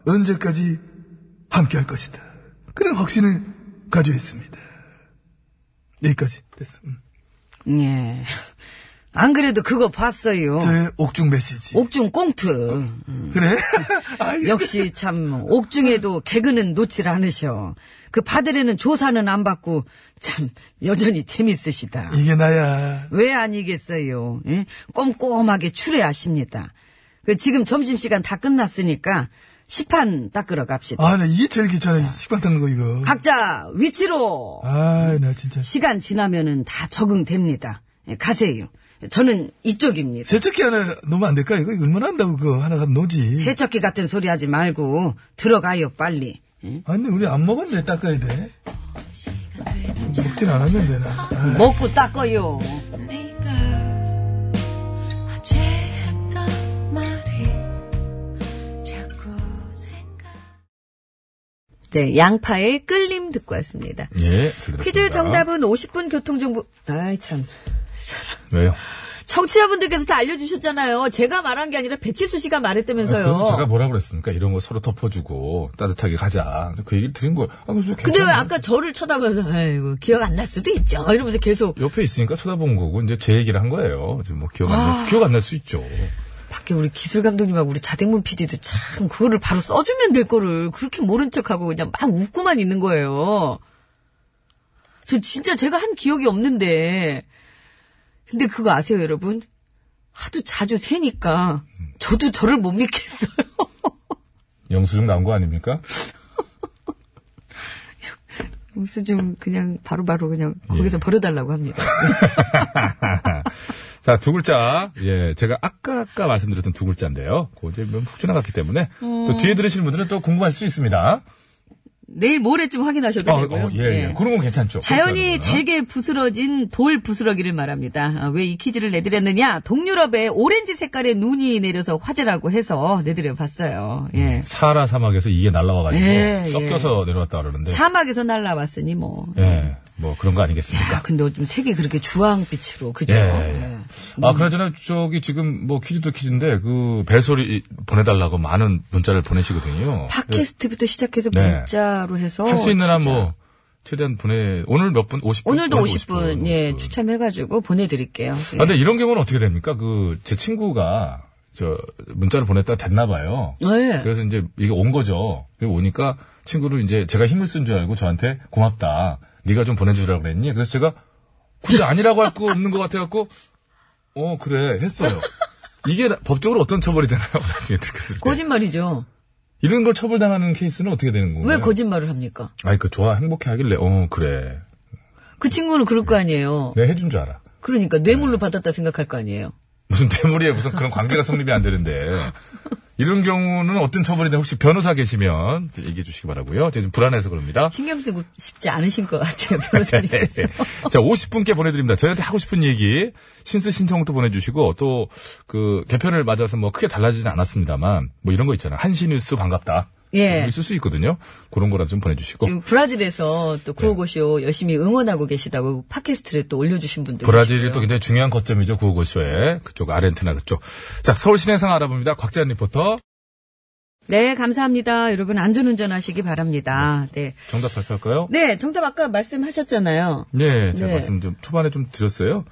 Speaker 7: 언제까지 함께 할 것이다. 그런 확신을 가지고 있습니다. 여기까지 됐어. 음.
Speaker 2: 예. 안 그래도 그거 봤어요. 어?
Speaker 7: 저의 옥중 메시지.
Speaker 2: 옥중 꽁트.
Speaker 7: 그래? 아이,
Speaker 2: 역시 참 옥중에도 개그는 놓질 않으셔. 그 파들에는 조사는 안 받고 참 여전히 재밌으시다.
Speaker 7: 이게 나야.
Speaker 2: 왜 아니겠어요? 예? 꼼꼼하게 추려하십니다. 그 지금 점심시간 다 끝났으니까 시판 닦으러 갑시다.
Speaker 7: 아, 나 이게 제일 귀찮아. 이 식빵 닦는 거 이거.
Speaker 2: 각자 위치로
Speaker 7: 아, 나 진짜.
Speaker 2: 시간 지나면은 다 적응됩니다. 예, 가세요. 저는 이쪽입니다.
Speaker 7: 세척기 하나 넣으면 안 될까? 이거 얼마나 한다고 그거 하나 갖다 놓지.
Speaker 2: 세척기 같은 소리 하지 말고 들어가요 빨리. 예?
Speaker 7: 아니, 우리 안 먹었는데 닦아야 돼. 먹진 않았는데, 되나
Speaker 2: 먹고 닦아요.
Speaker 4: 내가 어제 했던 말이 자꾸 생각
Speaker 2: 네, 양파의 끌림 듣고 왔습니다.
Speaker 1: 예. 들었습니다.
Speaker 2: 퀴즈 정답은 50분 교통정보. 아이 참.
Speaker 1: 왜요?
Speaker 8: 청취자분들께서 다 알려주셨잖아요. 제가 말한 게 아니라 배치수 씨가 말했다면서요.
Speaker 1: 아, 그래서 제가 뭐라 그랬습니까? 이런 거 서로 덮어주고 따뜻하게 가자. 그 얘기를 드린 거예요. 아, 그래서
Speaker 8: 근데 왜
Speaker 1: 괜찮아요.
Speaker 8: 아까 저를 쳐다보면서 아이고 기억 안 날 수도 있죠. 이러면서 계속
Speaker 1: 옆에 있으니까 쳐다본 거고 이제 제 얘기를 한 거예요. 지금 뭐 기억 안 날, 기억 안 날 수 있죠.
Speaker 8: 밖에 우리 기술 감독님하고 우리 자댕문 PD도 참 그거를 바로 써주면 될 거를 그렇게 모른 척하고 그냥 막 웃고만 있는 거예요. 저 진짜 제가 한 기억이 없는데 근데 그거 아세요 여러분? 하도 자주 새니까 저도 저를 못 믿겠어요.
Speaker 1: 영수증 나온 거 아닙니까?
Speaker 8: 영수 좀 그냥 바로바로 그냥 거기서
Speaker 1: 예.
Speaker 8: 버려달라고 합니다.
Speaker 1: 자, 두 글자. 예, 제가 아까 아까 말씀드렸던 두
Speaker 2: 음.
Speaker 1: 글자인데요. 그제 훅 지나갔기 때문에 또 뒤에 들으시는 분들은 또 궁금할 수 있습니다.
Speaker 2: 내일 모레쯤 확인하셔도
Speaker 1: 어,
Speaker 2: 되고요. 네.
Speaker 1: 어, 예, 예. 그런 건 괜찮죠.
Speaker 2: 자연이
Speaker 1: 그렇다는 거는.
Speaker 2: 잘게 부스러진 돌 부스러기를 말합니다. 아, 왜 이 퀴즈를 내드렸느냐? 동유럽에 오렌지 색깔의 눈이 내려서 화재라고 해서 내드려봤어요. 예.
Speaker 1: 네. 사하라 사막에서 이게 날라와가지고
Speaker 2: 예,
Speaker 1: 섞여서 내려왔다 그러는데.
Speaker 2: 사막에서 날라왔으니 뭐.
Speaker 1: 네. 예, 뭐 그런 거 아니겠습니까?
Speaker 2: 야, 근데 요즘 색이 그렇게 주황빛으로 그죠?
Speaker 1: 예, 예.
Speaker 2: 음.
Speaker 1: 아, 그나저나 저기 지금 뭐 퀴즈도 퀴즈인데 그 벨소리 보내달라고 많은 문자를 보내시거든요.
Speaker 2: 팟캐스트부터 시작해서
Speaker 1: 네.
Speaker 2: 문자로 해서
Speaker 1: 할 수 있는
Speaker 2: 진짜.
Speaker 1: 한 뭐 최대한 보내 오늘 몇 분? 50분.
Speaker 2: 오늘도 50분
Speaker 1: 그
Speaker 2: 예 추첨해가지고 보내드릴게요. 예.
Speaker 1: 아, 근데 이런 경우는 어떻게 됩니까? 그 제 친구가 저 문자를 보냈다 됐나 봐요.
Speaker 2: 예.
Speaker 1: 아, 그래서 이제 이게 온 거죠. 그리고 오니까 친구를 이제 제가 힘을 쓴 줄 알고 저한테 고맙다. 네가 좀 보내주라고 그랬니? 그래서 제가 근데 아니라고 할 거 없는 것 같아갖고 어 그래 했어요. 이게 나- 법적으로 어떤 처벌이 되나요? 나중에 들켰을 때.
Speaker 2: 거짓말이죠.
Speaker 1: 이런 걸 처벌당하는 케이스는 어떻게 되는 건가요?
Speaker 2: 왜 거짓말을 합니까?
Speaker 1: 아니 그 좋아 행복해 하길래 어 그래
Speaker 2: 그 친구는 그럴 거 아니에요.
Speaker 1: 내가 해준 줄 알아.
Speaker 2: 그러니까 뇌물로 받았다 생각할 거 아니에요.
Speaker 1: 무슨 뇌물이에 무슨 그런 관계가 성립이 안 되는데 이런 경우는 어떤 처벌이든 혹시 변호사 계시면 얘기해 주시기 바라고요. 제가 좀 불안해서 그럽니다.
Speaker 2: 신경 쓰고 싶지 않으신 것 같아요, 변호사님께서.
Speaker 1: 예. 자, 50분께 보내드립니다. 저희한테 하고 싶은 얘기, 신스 신청도 보내주시고, 또, 그, 개편을 맞아서 뭐 크게 달라지진 않았습니다만, 뭐 이런 거 있잖아요. 한시뉴스 반갑다.
Speaker 2: 예.
Speaker 1: 이런 거 있을 수 있거든요. 그런 거라도 좀 보내주시고.
Speaker 2: 지금 브라질에서
Speaker 1: 네.
Speaker 2: 또 구호고쇼 열심히 응원하고 계시다고 팟캐스트에 또 올려주신 분들.
Speaker 1: 브라질이
Speaker 2: 계시고요.
Speaker 1: 또 굉장히 중요한 거점이죠. 구호고쇼에. 그쪽, 아르헨티나 그쪽. 자, 서울 시내 상황 알아봅니다. 곽재현 리포터.
Speaker 2: 네, 감사합니다. 여러분 안전운전 하시기 바랍니다. 네.
Speaker 1: 정답 발표할까요?
Speaker 2: 네, 정답 아까 말씀하셨잖아요.
Speaker 1: 네, 제가
Speaker 2: 네.
Speaker 1: 말씀 좀, 초반에 좀 드렸어요.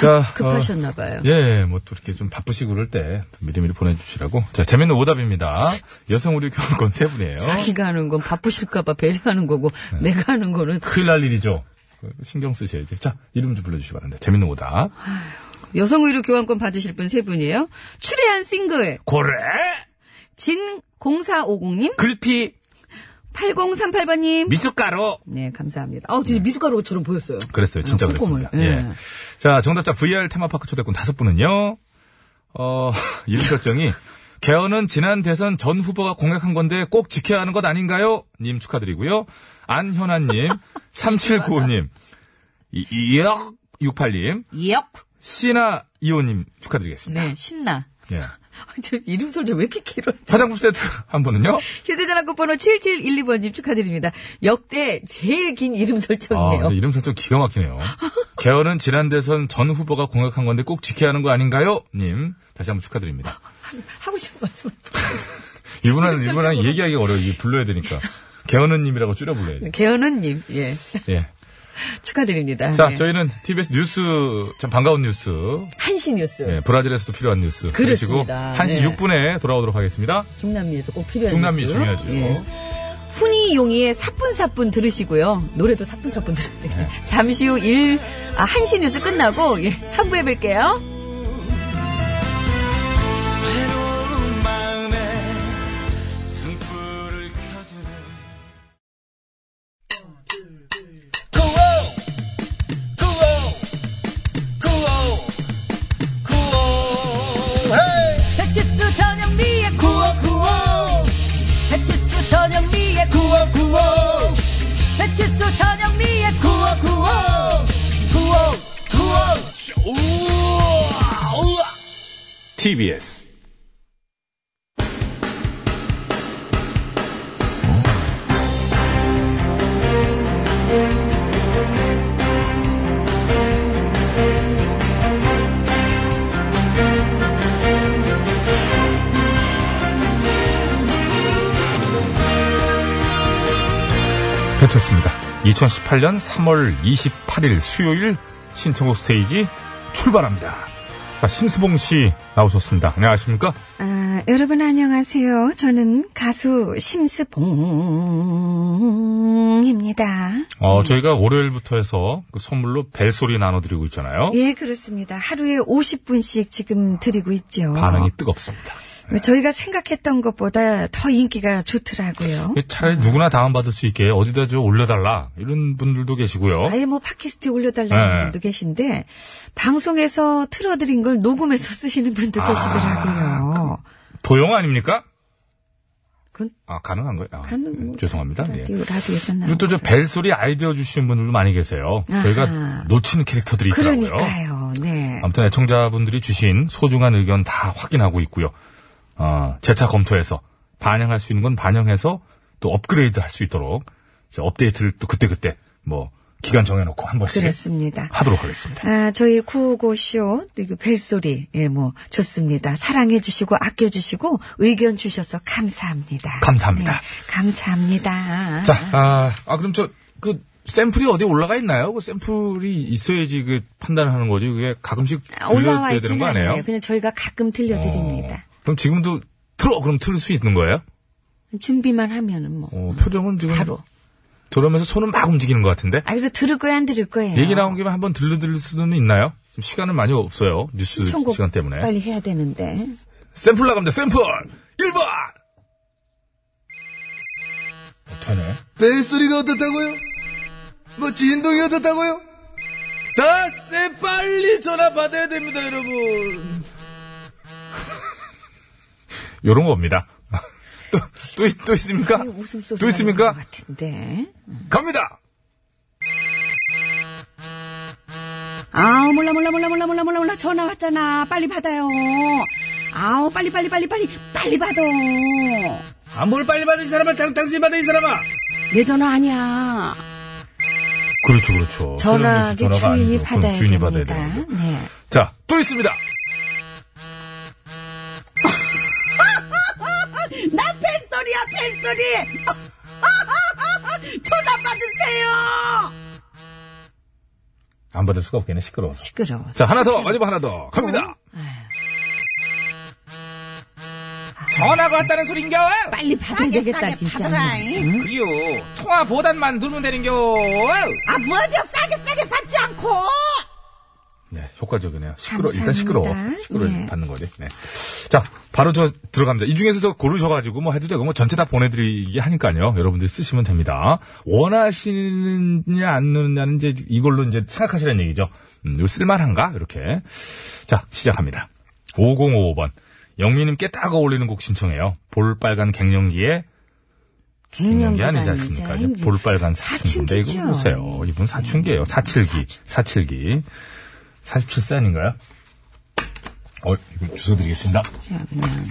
Speaker 1: 자, 어,
Speaker 2: 급하셨나봐요.
Speaker 1: 예, 뭐 또 이렇게 좀 바쁘시고 그럴 때 미리미리 보내주시라고. 자, 재밌는 오답입니다. 여성 우리 교육권 세 분이에요.
Speaker 2: 자기가 하는 건 바쁘실까봐 배려하는 거고,
Speaker 1: 네.
Speaker 2: 내가 하는 거는
Speaker 1: 큰일 날 일이죠. 그 신경 쓰셔야지. 자, 이름 좀 불러주시기 바랍니다. 재밌는 오답.
Speaker 2: 여성의료 교환권 받으실 분 세 분이에요. 출애한 싱글,
Speaker 9: 고래
Speaker 2: 진0450님,
Speaker 9: 글피
Speaker 2: 8038번님.
Speaker 9: 미숫가루
Speaker 2: 네, 감사합니다. 아우, 저 미숫가루처럼 보였어요.
Speaker 1: 그랬어요. 진짜
Speaker 2: 아,
Speaker 1: 그랬습니다.
Speaker 2: 꼼꼼을.
Speaker 1: 예.
Speaker 2: 예.
Speaker 1: 자, 정답자 VR 테마파크 초대권 다섯 분은요. 어, 이름 결정이 개헌은 지난 대선 전 후보가 공약한 건데 꼭 지켜야 하는 것 아닌가요? 님 축하드리고요. 안현아님, 3795님, 이역 68님,
Speaker 2: 엽.
Speaker 1: 시나 이호님 축하드리겠습니다.
Speaker 2: 네, 신나.
Speaker 1: 예.
Speaker 2: 저 이름 소리 왜 이렇게 길어?
Speaker 1: 화장품 세트 한 분은요.
Speaker 2: 휴대전화 끝번호 7712번님 축하드립니다. 역대 제일 긴 이름
Speaker 1: 아,
Speaker 2: 설정이에요.
Speaker 1: 근데 이름 설정 기가 막히네요. 개헌은 지난 대선 전 후보가 공약한 건데 꼭 지켜야 하는 거 아닌가요? 님, 다시 한번 축하드립니다.
Speaker 2: 하고 싶은 말씀.
Speaker 1: 이분은,
Speaker 2: 이름
Speaker 1: 이분은
Speaker 2: 설정으로.
Speaker 1: 얘기하기 어려워요. 이게 불러야 되니까. 개헌은 님이라고 줄여 불러야 돼요.
Speaker 2: 개헌은님, 예.
Speaker 1: 예.
Speaker 2: 축하드립니다.
Speaker 1: 자,
Speaker 2: 예.
Speaker 1: 저희는 TBS 뉴스, 참 반가운 뉴스.
Speaker 2: 한신뉴스.
Speaker 1: 예, 브라질에서도 필요한 뉴스. 그리고
Speaker 2: 네. 그렇습니다.
Speaker 1: 1시
Speaker 2: 네.
Speaker 1: 6분에 돌아오도록 하겠습니다.
Speaker 2: 중남미에서 꼭 필요한.
Speaker 1: 중남미
Speaker 2: 뉴스.
Speaker 1: 중요하죠.
Speaker 2: 예. 훈이 용이의 사뿐사뿐 들으시고요. 노래도 사뿐사뿐 들어야 돼요. 잠시 후 일, 아, 1시 뉴스 끝나고, 예, 3부에 뵐게요.
Speaker 10: 외로운 마음에 등불을 켜주네 구호 구호 구호 구호 헤이!
Speaker 2: 배치수 전영미의
Speaker 10: 구호 구호
Speaker 2: 배치수 전영미의
Speaker 10: 구호 구호
Speaker 2: 배치수 전영미의
Speaker 10: 구호 구호 구호 구호 쇼! 우와!
Speaker 1: TBS. 배쳤습니다. 2018년 3월 28일 수요일 신청곡 스테이지 출발합니다. 자, 심수봉 씨 나오셨습니다. 안녕하십니까?
Speaker 11: 아, 여러분 안녕하세요. 저는 가수 심스봉입니다.
Speaker 2: 음.
Speaker 1: 어, 저희가 월요일부터 해서 그 선물로 벨소리 나눠드리고 있잖아요.
Speaker 11: 예, 그렇습니다. 하루에 50분씩 지금 드리고
Speaker 2: 예.
Speaker 11: 있죠. 어,
Speaker 1: 반응이 뜨겁습니다.
Speaker 11: 저희가 생각했던 것보다 더 인기가 좋더라고요.
Speaker 1: 차라리
Speaker 2: 음.
Speaker 1: 누구나 다운받을 수 있게 어디다 좀 올려달라. 이런 분들도 계시고요.
Speaker 11: 아예 뭐 팟캐스트에 올려달라는
Speaker 1: 네.
Speaker 11: 분도 계신데 방송에서 틀어드린 걸 녹음해서 쓰시는 분도
Speaker 1: 아,
Speaker 11: 계시더라고요.
Speaker 1: 도용 아닙니까?
Speaker 11: 그,
Speaker 2: 그건
Speaker 1: 아, 가능한 거예요? 아,
Speaker 2: 가능, 뭐,
Speaker 1: 죄송합니다. 예.
Speaker 2: 라디오, 라디오에서 나온
Speaker 1: 그리고 또 저 벨소리 아이디어 주시는 분들도 많이 계세요. 저희가
Speaker 2: 아하.
Speaker 1: 놓치는 캐릭터들이 있더라고요.
Speaker 2: 그러니까요. 네.
Speaker 1: 아무튼 뭐, 애청자분들이 주신 소중한 의견 다 확인하고 있고요. 어, 재차 검토해서 반영할 수 있는 건 반영해서 또 업그레이드 할 수 있도록 이제 업데이트를 또 그때그때 뭐 기간 정해놓고 한 번씩
Speaker 2: 그렇습니다.
Speaker 1: 하도록 하겠습니다.
Speaker 2: 아, 저희 구호고쇼, 그리고 벨소리, 예, 뭐, 좋습니다. 사랑해주시고, 아껴주시고, 의견 주셔서 감사합니다.
Speaker 1: 감사합니다.
Speaker 2: 네, 감사합니다.
Speaker 1: 자, 아, 아, 그럼 저 그 샘플이 어디 올라가 있나요? 그 샘플이 있어야지 그 판단을 하는 거지. 그게 가끔씩
Speaker 2: 아,
Speaker 1: 들려야
Speaker 2: 올라와
Speaker 1: 되는
Speaker 2: 있지는
Speaker 1: 거 아니에요?
Speaker 2: 않아요. 네, 그냥 저희가 가끔 들려드립니다.
Speaker 1: 어, 그럼 지금도 틀어 그럼 틀 수 있는 거예요?
Speaker 2: 준비만 하면은 뭐.
Speaker 1: 어, 표정은 지금
Speaker 2: 바로.
Speaker 1: 저러면서 손은 막 움직이는 것 같은데.
Speaker 2: 아, 그래서 들을 거예요, 안 들을 거예요?
Speaker 1: 네. 얘기 나온 김에 한번 들려드릴 수는 있나요? 지금 시간은 많이 없어요. 뉴스
Speaker 2: 신청곡
Speaker 1: 시간 때문에.
Speaker 2: 빨리 해야 되는데.
Speaker 1: 샘플 나갑니다. 샘플 1번. 되네.
Speaker 7: 벨소리가 어떻다고요? 뭐 진동이 어떻다고요? 다쎄 빨리 전화 받아야 됩니다 여러분
Speaker 1: 요런 겁니다. 또또 또 있습니까?
Speaker 2: 아, 웃음소리.
Speaker 1: 또 있습니까?
Speaker 2: 나는 것 같은데.
Speaker 1: 갑니다.
Speaker 2: 아 몰라 몰라 몰라 몰라 몰라 몰라 몰라 전화 왔잖아 빨리 받아요 아우 빨리 빨리 빨리 빨리 빨리 받아
Speaker 1: 아, 뭘 빨리 받은 사람아, 당, 당신 받은 이 사람아.
Speaker 2: 내 전화 아니야
Speaker 1: 그렇죠, 그렇죠.
Speaker 2: 전화기
Speaker 1: 전화가
Speaker 2: 주인이
Speaker 1: 아니죠. 그럼
Speaker 2: 받아야
Speaker 1: 주인이 받아야
Speaker 2: 됩니다
Speaker 1: 되는 거죠.
Speaker 2: 네
Speaker 1: 자, 또 있습니다.
Speaker 2: 나 아, 팬소리야 팬소리 전화 받으세요
Speaker 1: 안 받을 수가 없겠네, 시끄러워.
Speaker 2: 시끄러워
Speaker 1: 자, 하나 더, 마지막 하나 더. 갑니다.
Speaker 3: 어? 전화가 왔다는 소린겨?
Speaker 2: 빨리 받아야 되겠다 진짜
Speaker 3: 그리요. 통화 보단만 누르면 되는겨.
Speaker 2: 아 뭐죠 싸게 싸게 받지 않고
Speaker 1: 네, 효과적이네요. 시끄러,
Speaker 2: 감사합니다.
Speaker 1: 일단 시끄러워. 시끄러워
Speaker 3: 예.
Speaker 2: 네.
Speaker 1: 받는 거지. 네. 자, 바로 저 들어갑니다. 이 중에서 저 고르셔가지고 뭐 해도 되고 뭐 전체 다 보내드리기 하니까요. 여러분들이 쓰시면 됩니다. 원하시느냐 안 넣느냐는 이제 이걸로 이제 생각하시라는 얘기죠. 음, 이거 쓸만한가? 이렇게. 자, 시작합니다. 5055번. 영미님께 딱 어울리는 곡 신청해요. 볼빨간 갱년기에 갱년기 아니지 않습니까? 이제 볼빨간 사춘기인데 이거
Speaker 2: 사춘기죠.
Speaker 1: 보세요. 이분 사춘기예요. 사칠기, 사칠기. 47세 아닌가요? 어, 이거 주워드리겠습니다.
Speaker 2: 자 그냥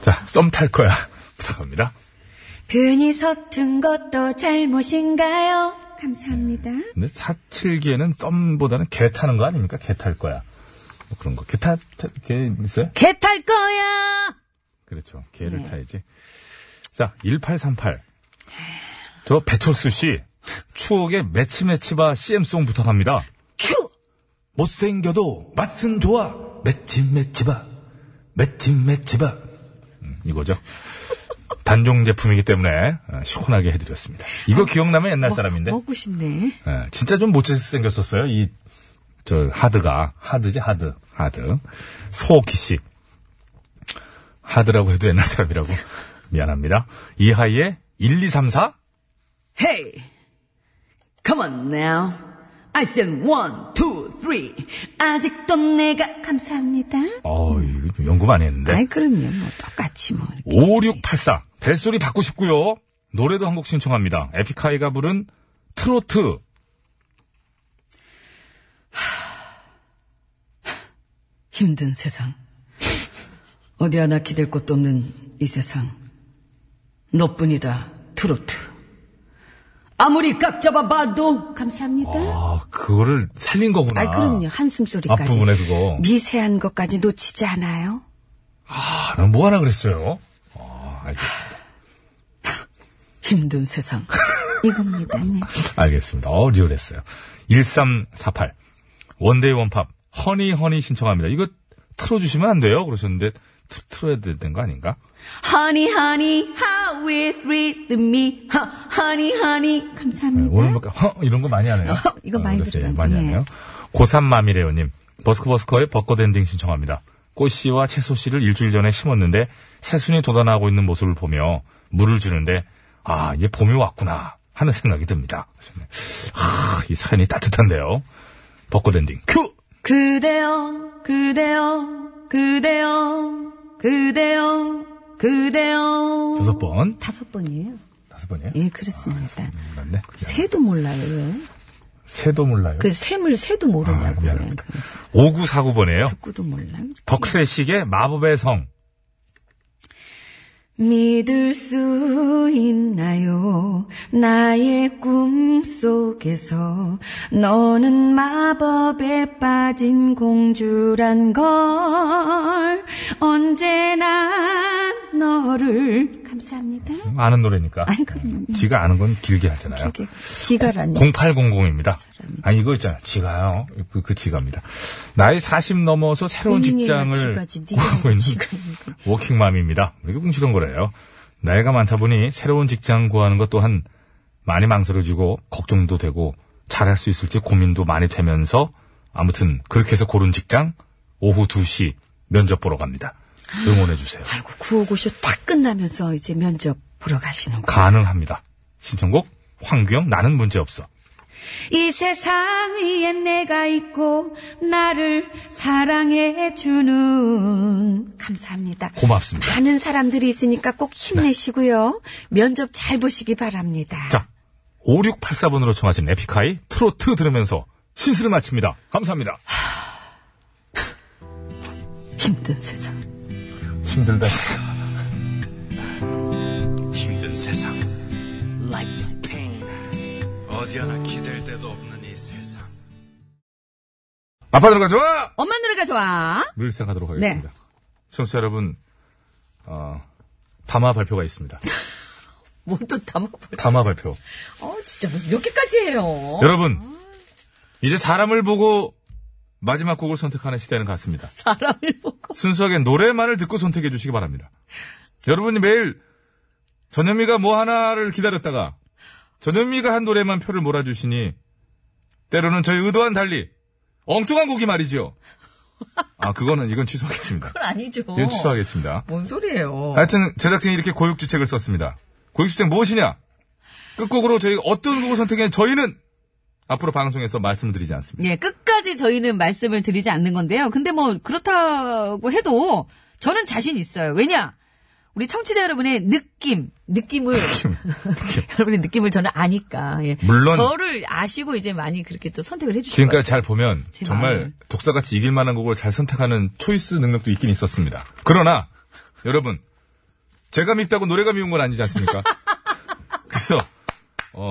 Speaker 1: 자, 썸 탈 거야. 부탁합니다.
Speaker 2: 괜히 서툰 것도 잘못인가요? 감사합니다.
Speaker 1: 근데 사칠기에는 썸보다는 개 타는 거 아닙니까? 개 탈 거야. 뭐 그런 거. 개 타, 타- 개 있어요?
Speaker 2: 개 탈 거야!
Speaker 1: 그렇죠. 개를 타야지. 자, 1838. 저 배철수 씨. 추억의 매치매치바 CM송 부탁합니다.
Speaker 2: 큐!
Speaker 7: 못생겨도 맛은 좋아 맷집 맷집아 맷집 맷집아
Speaker 1: 음, 이거죠. 단종 제품이기 때문에 어, 시원하게 해드렸습니다. 이거 기억나면 옛날 사람인데.
Speaker 2: 먹고 싶네.
Speaker 1: 예, 진짜 좀 못생겼었어요. 이, 저, 하드가. 하드지, 하드. 하드. 소키 씨. 하드라고 해도 옛날 사람이라고. 미안합니다. 이하이의 1, 2, 3, 4?
Speaker 2: Hey! Come on now. I said one, two, three. 아직도 내가. 감사합니다.
Speaker 1: 어, 이거 좀 연구 많이 했는데.
Speaker 2: 아이, 그럼요. 뭐, 똑같이 뭐. 이렇게.
Speaker 1: 5684. 벨소리 받고 싶고요. 노래도 한 곡 신청합니다. 에픽하이가 부른 트로트.
Speaker 2: 힘든 세상. 어디 하나 기댈 곳도 없는 이 세상. 너뿐이다, 트로트. 아무리 깍 잡아봐도. 감사합니다.
Speaker 1: 아, 그거를 살린 거구나.
Speaker 2: 아이, 그럼요. 한숨 소리까지.
Speaker 1: 앞부분에 그거.
Speaker 2: 미세한 것까지 놓치지 않아요?
Speaker 1: 아, 난뭐 하나 그랬어요? 아, 알겠습니다.
Speaker 2: 힘든 세상. 이겁니다, 네.
Speaker 1: 알겠습니다. 어, 리얼했어요. 1348. 원데이 원팝. 허니, 허니 신청합니다. 이거 틀어주시면 안 돼요? 그러셨는데, 틀, 틀어야 되는 거 아닌가?
Speaker 2: Honey, honey, how is with me? 허, honey, honey.
Speaker 1: 네,
Speaker 2: 감사합니다.
Speaker 1: 오늘 막, 허, 이런 거 많이 하네요.
Speaker 2: 어, 이거 많이
Speaker 1: 그랬어요.
Speaker 2: 들어가요.
Speaker 1: 많이
Speaker 2: 예.
Speaker 1: 하네요. 고산마미레오님. 버스커버스커의 벚꽃엔딩 신청합니다. 꽃씨와 채소씨를 일주일 전에 심었는데, 새순이 돋아나고 있는 모습을 보며, 물을 주는데, 아, 이제 봄이 왔구나. 하는 생각이 듭니다. 하셨네. 하, 이 사연이 따뜻한데요. 벚꽃엔딩. 큐!
Speaker 2: 그대여, 그대여, 그대여, 그대여. 그대여.
Speaker 1: 여섯 번.
Speaker 2: 다섯 번이에요.
Speaker 1: 다섯 번이에요?
Speaker 2: 예, 그렇습니다.
Speaker 1: 음, 맞네.
Speaker 2: 새도 몰라요, 왜?
Speaker 1: 새도 몰라요.
Speaker 2: 그 샘을 새도 모르냐고.
Speaker 1: 아,
Speaker 2: 요
Speaker 1: 미안합니다. 5949번이에요.
Speaker 2: 듣고도 몰라.
Speaker 1: 더 클래식의 마법의 성.
Speaker 2: 믿을 수 있나요? 나의 꿈 속에서 너는 마법에 빠진 공주란 걸 언제나 너를 감사합니다.
Speaker 1: 아는 노래니까.
Speaker 2: 아니 그럼
Speaker 1: 지가 아는 건 길게 하잖아요.
Speaker 2: 이게 지가라니.
Speaker 1: 0800입니다. 아니, 이거 있잖아. 지가요. 그, 그 지갑니다. 나이 40 넘어서 새로운
Speaker 2: 본인이
Speaker 1: 직장을
Speaker 2: 지가지, 네가
Speaker 1: 구하고 있는
Speaker 2: 지가니까.
Speaker 1: 워킹맘입니다. 이렇게 뭉치렁거려요. 나이가 많다 보니 새로운 직장 구하는 것 또한 많이 망설여지고 걱정도 되고 잘할 수 있을지 고민도 많이 되면서 아무튼 그렇게 해서 고른 직장 오후 2시 면접 보러 갑니다. 응원해주세요.
Speaker 2: 아이고 구호고쇼 딱 끝나면서 이제 면접 보러 가시는 거.
Speaker 1: 가능합니다. 신청곡 황규영 나는 문제없어.
Speaker 2: 이 세상 위에 내가 있고 나를 사랑해 주는 감사합니다.
Speaker 1: 고맙습니다. 네.
Speaker 2: 많은 사람들이 있으니까 꼭 힘내시고요. 면접 잘 보시기 바랍니다.
Speaker 1: 자, 5684번으로 청하신 에픽하이 트로트 들으면서 신스를 마칩니다. 감사합니다.
Speaker 2: 힘든 세상.
Speaker 1: 힘들다.
Speaker 5: 힘든 세상 어디 하나 기댈 데도 없는 이 세상
Speaker 1: 아빠 들어가 좋아!
Speaker 2: 엄마 노래가 좋아.
Speaker 1: 밀생하도록 하겠습니다. 청취자 여러분, 어, 담화 발표가 있습니다.
Speaker 2: 뭐또 담아볼.
Speaker 1: 담화 발표.
Speaker 2: 어 진짜 뭐 이렇게까지 해요.
Speaker 1: 여러분, 이제 사람을 보고 마지막 곡을 선택하는 시대는 같습니다.
Speaker 2: 사람을 보고.
Speaker 1: 순수하게 노래만을 듣고 선택해 주시기 바랍니다. 여러분이 매일 전현미가 뭐 하나를 기다렸다가 전현미가 한 노래만 표를 몰아주시니 때로는 저희 의도와는 달리 엉뚱한 곡이 말이죠. 아, 그거는 이건 취소하겠습니다.
Speaker 2: 그건 아니죠.
Speaker 1: 이건 취소하겠습니다.
Speaker 2: 뭔 소리예요.
Speaker 1: 하여튼 제작진이 이렇게 고육주책을 썼습니다. 고육주책 무엇이냐? 끝곡으로 저희 어떤 곡을 선택해 저희는 앞으로 방송에서 말씀드리지 않습니다.
Speaker 8: 예, 끝까지 저희는 말씀을 드리지 않는 건데요. 근데 뭐 그렇다고 해도 저는 자신 있어요. 왜냐? 우리 청취자 여러분의 느낌, 느낌을 여러분의 느낌을 저는 아니까. 예.
Speaker 1: 물론
Speaker 8: 저를 아시고 이제 많이 그렇게 또 선택을 해주신
Speaker 1: 지금까지 잘 보면
Speaker 8: 제
Speaker 1: 정말
Speaker 8: 마음을.
Speaker 1: 독사같이 이길 만한 곡을 잘 선택하는 초이스 능력도 있긴 있었습니다. 그러나 여러분 제가 밉다고 노래가 미운 건 아니지 않습니까? 그래서 어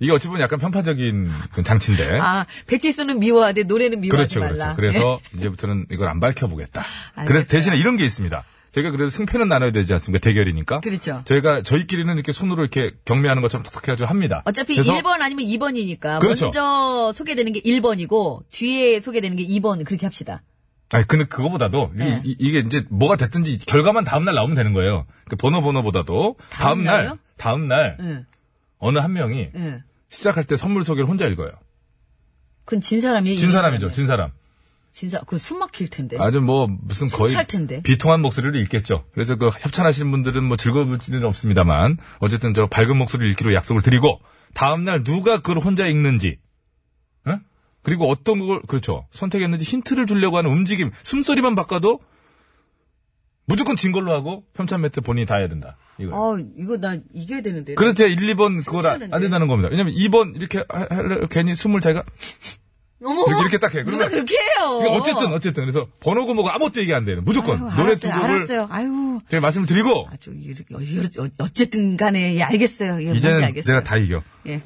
Speaker 1: 이게 어찌 보면 약간 편파적인 그 장치인데
Speaker 8: 아, 배치수는 미워하되 노래는 미워하지
Speaker 1: 그렇죠
Speaker 8: 말라.
Speaker 1: 그렇죠.
Speaker 8: 예.
Speaker 1: 그래서 이제부터는 이걸 안 밝혀보겠다.
Speaker 8: 알겠어요.
Speaker 1: 그래서 대신에 이런 게 있습니다. 저희가 그래도 승패는 나눠야 되지 않습니까? 대결이니까.
Speaker 8: 그렇죠.
Speaker 1: 저희가 저희끼리는 이렇게 손으로 이렇게 경매하는 것처럼 탁탁 해가지고 합니다.
Speaker 8: 어차피
Speaker 1: 그래서
Speaker 8: 1번 아니면 2번이니까
Speaker 1: 그렇죠.
Speaker 8: 먼저 소개되는 게 1번이고 뒤에 소개되는 게 2번 그렇게 합시다.
Speaker 1: 아니, 근데 그거보다도 이-
Speaker 8: 네.
Speaker 1: 이, 게 이제 뭐가 됐든지 결과만 다음날 나오면 되는 거예요. 그 번호 번호보다도 다음날,
Speaker 8: 날요?
Speaker 1: 다음날
Speaker 8: 예.
Speaker 1: 어느 한 명이
Speaker 8: 예.
Speaker 1: 시작할 때 선물 소개를 혼자 읽어요.
Speaker 8: 그건 진 사람이
Speaker 1: 진 사람이죠, 진 사람.
Speaker 8: 진사 그건 숨 막힐 텐데.
Speaker 1: 아주 뭐 무슨 거의
Speaker 8: 찰 텐데.
Speaker 1: 비통한 목소리를 읽겠죠. 그래서 그 협찬하시는 분들은 뭐 즐거울 지는 없습니다만 어쨌든 저 밝은 목소리를 읽기로 약속을 드리고 다음날 누가 그걸 혼자 읽는지 응? 그리고 어떤 걸 그렇죠 선택했는지 힌트를 주려고 하는 움직임 숨소리만 바꿔도 무조건 진 걸로 하고 편찬 매트 본인이 다 해야 된다. 이거.
Speaker 2: 어 이거 나 이겨야 되는데.
Speaker 1: 그래서 제가 1, 2번 그거 안
Speaker 2: 숨차는데.
Speaker 1: 된다는 겁니다. 왜냐면 2번 이렇게 하- 하려- 괜히 숨을 자기가
Speaker 2: 어머.
Speaker 1: 이렇게, 이렇게 딱 해.
Speaker 2: 누가
Speaker 1: 그러면
Speaker 2: 그렇게 해요.
Speaker 1: 이게 어쨌든 어쨌든 그래서 번호고 뭐고 아무것도 얘기 안 되는 무조건
Speaker 2: 아유,
Speaker 1: 노래 두
Speaker 2: 알았어요,
Speaker 1: 곡을
Speaker 2: 알았어요. 아유.
Speaker 1: 제가 말씀을 드리고
Speaker 2: 아주 이렇게 어- 이렇- 어쨌든 간에 예, 알겠어요. 예, 뭔지
Speaker 1: 이제는
Speaker 2: 알겠어요.
Speaker 1: 내가 다 이겨.
Speaker 8: 예.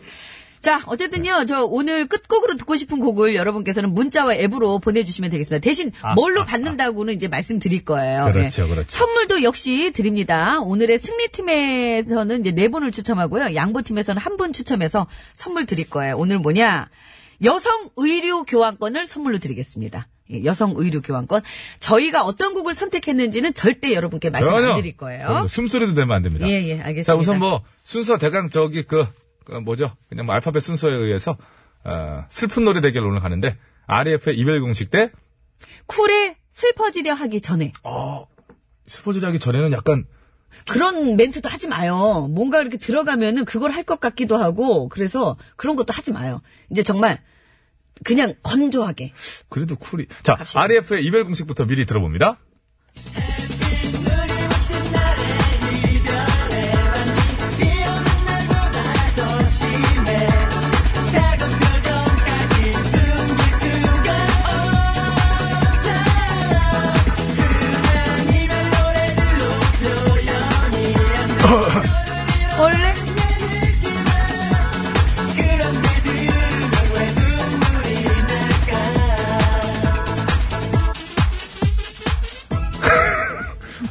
Speaker 8: 자, 어쨌든요, 저 오늘 끝곡으로 듣고 싶은 곡을 여러분께서는 문자와 앱으로 보내주시면 되겠습니다. 대신 뭘로 받는다고는 이제 말씀드릴 거예요.
Speaker 1: 아, 그렇죠,
Speaker 8: 예.
Speaker 1: 그렇죠.
Speaker 8: 선물도 역시 드립니다. 오늘의 승리팀에서는 이제 네 분을 추첨하고요. 양보팀에서는 한 분 추첨해서 선물 드릴 거예요. 오늘 뭐냐? 여성 의류 교환권을 선물로 드리겠습니다. 예, 여성 의류 교환권. 저희가 어떤 곡을 선택했는지는 절대 여러분께 말씀 안 드릴
Speaker 1: 전혀
Speaker 8: 거예요.
Speaker 1: 숨소리도 내면 안 됩니다.
Speaker 8: 예, 예, 알겠습니다.
Speaker 1: 자 우선 뭐 순서 대강 저기 그, 그 뭐죠 그냥 뭐 알파벳 순서에 의해서 어, 슬픈 노래 대결 오늘 가는데 RF의 이별 공식 때
Speaker 8: 쿨에 슬퍼지려 하기 전에.
Speaker 1: 스포츠를 하기 전에는 약간
Speaker 8: 그런 멘트도 하지 마요. 뭔가 이렇게 들어가면은 그걸 할 것 같기도 하고, 그래서 그런 것도 하지 마요. 이제 정말, 그냥 건조하게.
Speaker 1: 그래도 쿨이 자 RF의 이별 공식부터 미리 들어봅니다.
Speaker 4: 햇빛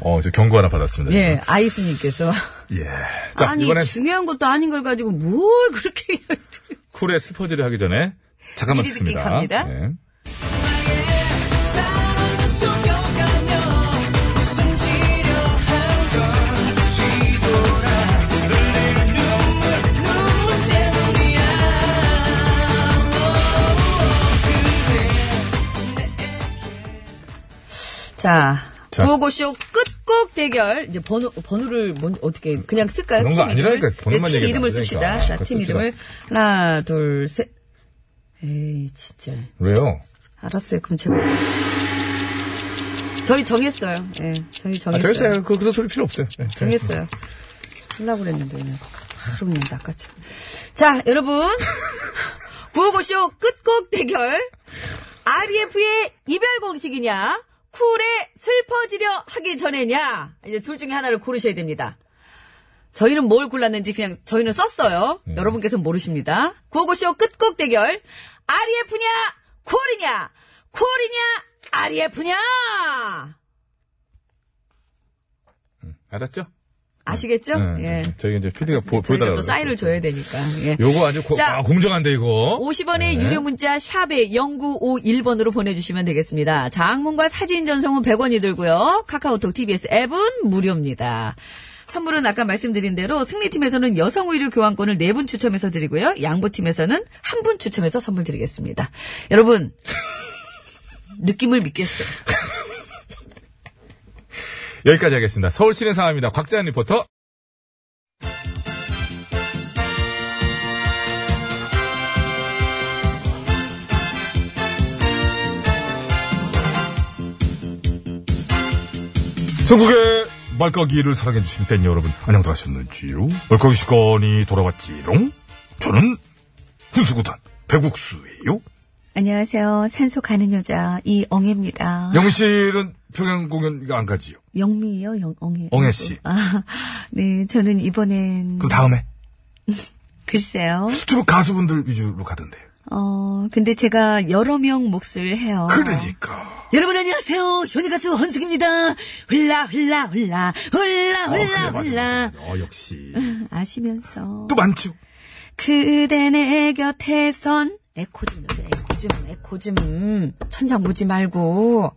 Speaker 1: 저 어, 경고 하나 받았습니다.
Speaker 8: 예, 아이스님께서.
Speaker 1: 지금. 예. 네, 자,
Speaker 2: 아니
Speaker 1: 이번엔
Speaker 2: 중요한 것도 아닌 걸 가지고 뭘 그렇게
Speaker 1: 쿨의 스포지를 하기 전에 잠깐만
Speaker 2: 미리 듣기
Speaker 1: 듣습니다.
Speaker 2: 갑니다.
Speaker 1: 예.
Speaker 2: 자,
Speaker 1: 자.
Speaker 2: 구호고쇼 끝곡 대결. 이제 번호, 번호를 뭔, 어떻게, 그냥 쓸까요?
Speaker 1: 그런 거
Speaker 2: 팀 이름을?
Speaker 1: 아니라니까, 번호만
Speaker 2: 네, 팀
Speaker 1: 얘기해도
Speaker 2: 이름을
Speaker 1: 안 되니까.
Speaker 2: 씁시다. 자,
Speaker 1: 그거
Speaker 2: 팀
Speaker 1: 씁시다.
Speaker 2: 이름을. 하나, 둘, 셋. 에이, 진짜.
Speaker 1: 왜요?
Speaker 2: 알았어요. 그럼 제가. 저희 정했어요. 예, 저희
Speaker 1: 아,
Speaker 2: 정했어요.
Speaker 1: 절세요. 그, 그런 소리 필요 없어요. 예,
Speaker 2: 정했어요. 하려고 그랬는데, 그냥. 하루 그냥 낚았죠. 자, 여러분. 구호고쇼 끝곡 대결. REF의 이별 공식이냐, 쿨의 슬퍼지려 하기 전에냐, 이제 둘 중에 하나를 고르셔야 됩니다. 저희는 뭘 골랐는지 그냥 저희는 썼어요.
Speaker 1: 네.
Speaker 2: 여러분께서는 모르십니다. 구호고쇼 끝곡 대결. REF냐, 쿨이냐, 쿨이냐, E REF냐!
Speaker 1: 알았죠?
Speaker 2: 아시겠죠?
Speaker 1: 예,
Speaker 2: 예.
Speaker 1: 예. 저희가 이제 피디가 보,
Speaker 2: 저희가
Speaker 1: 보여달라고.
Speaker 2: 또 사인을 줘야 되니까. 예.
Speaker 1: 요거 아주 고,
Speaker 2: 자.
Speaker 1: 아, 공정한데, 이거.
Speaker 2: 50원의
Speaker 1: 네.
Speaker 2: 유료 문자 샵에 0951번으로 보내주시면 되겠습니다. 장문과 사진 전송은 100원이 들고요. 카카오톡, TBS 앱은 무료입니다. 선물은 아까 말씀드린 대로 승리팀에서는 여성 의류 교환권을 4분 추첨해서 드리고요. 양보팀에서는 1분 추첨해서 선물 드리겠습니다. 여러분 느낌을 믿겠어요.
Speaker 1: 여기까지 하겠습니다. 서울 시내 상황입니다. 곽재한 리포터. 전국의 말까기를 사랑해주신 팬 여러분, 안녕들 하셨는지요? 말까기 시간이 돌아왔지롱? 저는 흥수구단 배국수예요.
Speaker 2: 안녕하세요. 산소 가는 여자 이엉애입니다.
Speaker 1: 영희 씨는 평양 공연 이거 안 가지요?
Speaker 2: 영미요, 영, 엉애.
Speaker 1: 엉애 씨.
Speaker 2: 아, 네, 저는 이번엔
Speaker 1: 그럼 다음에
Speaker 2: 글쎄요.
Speaker 1: 주로 가수분들 위주로 가던데.
Speaker 2: 어, 근데 제가 여러 명 몫을 해요.
Speaker 1: 그러니까.
Speaker 2: 여러분 안녕하세요. 현이 가수 헌숙입니다. 훌라 훌라 훌라 훌라
Speaker 1: 어, 그래,
Speaker 2: 훌라
Speaker 1: 맞아, 맞아,
Speaker 2: 훌라.
Speaker 1: 맞아. 어, 역시.
Speaker 2: 아시면서
Speaker 1: 또 많죠?
Speaker 2: 그대 내 곁에선 에코 좀 넣어줘. 에코 좀 에코 좀 천장 보지 말고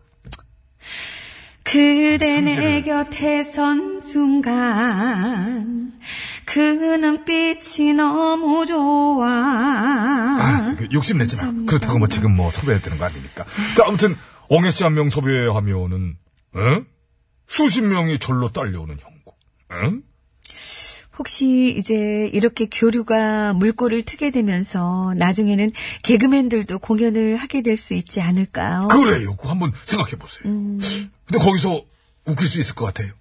Speaker 2: 그대 내 곁에선 순간 그 눈빛이 너무 좋아.
Speaker 1: 알았어. 그 욕심 내지 마. 그렇다고 뭐 지금 뭐 섭외해야 되는 거 아니니까. 자, 아무튼, 엉애 씨 한 명 섭외하면은, 응? 수십 명이 절로 딸려오는 형국. 응?
Speaker 2: 혹시 이제 이렇게 교류가 물꼬를 트게 되면서 나중에는 개그맨들도 공연을 하게 될 수 있지 않을까요?
Speaker 1: 그래요. 그거 한번 생각해보세요. 근데 거기서 웃길 수 있을 것 같아요.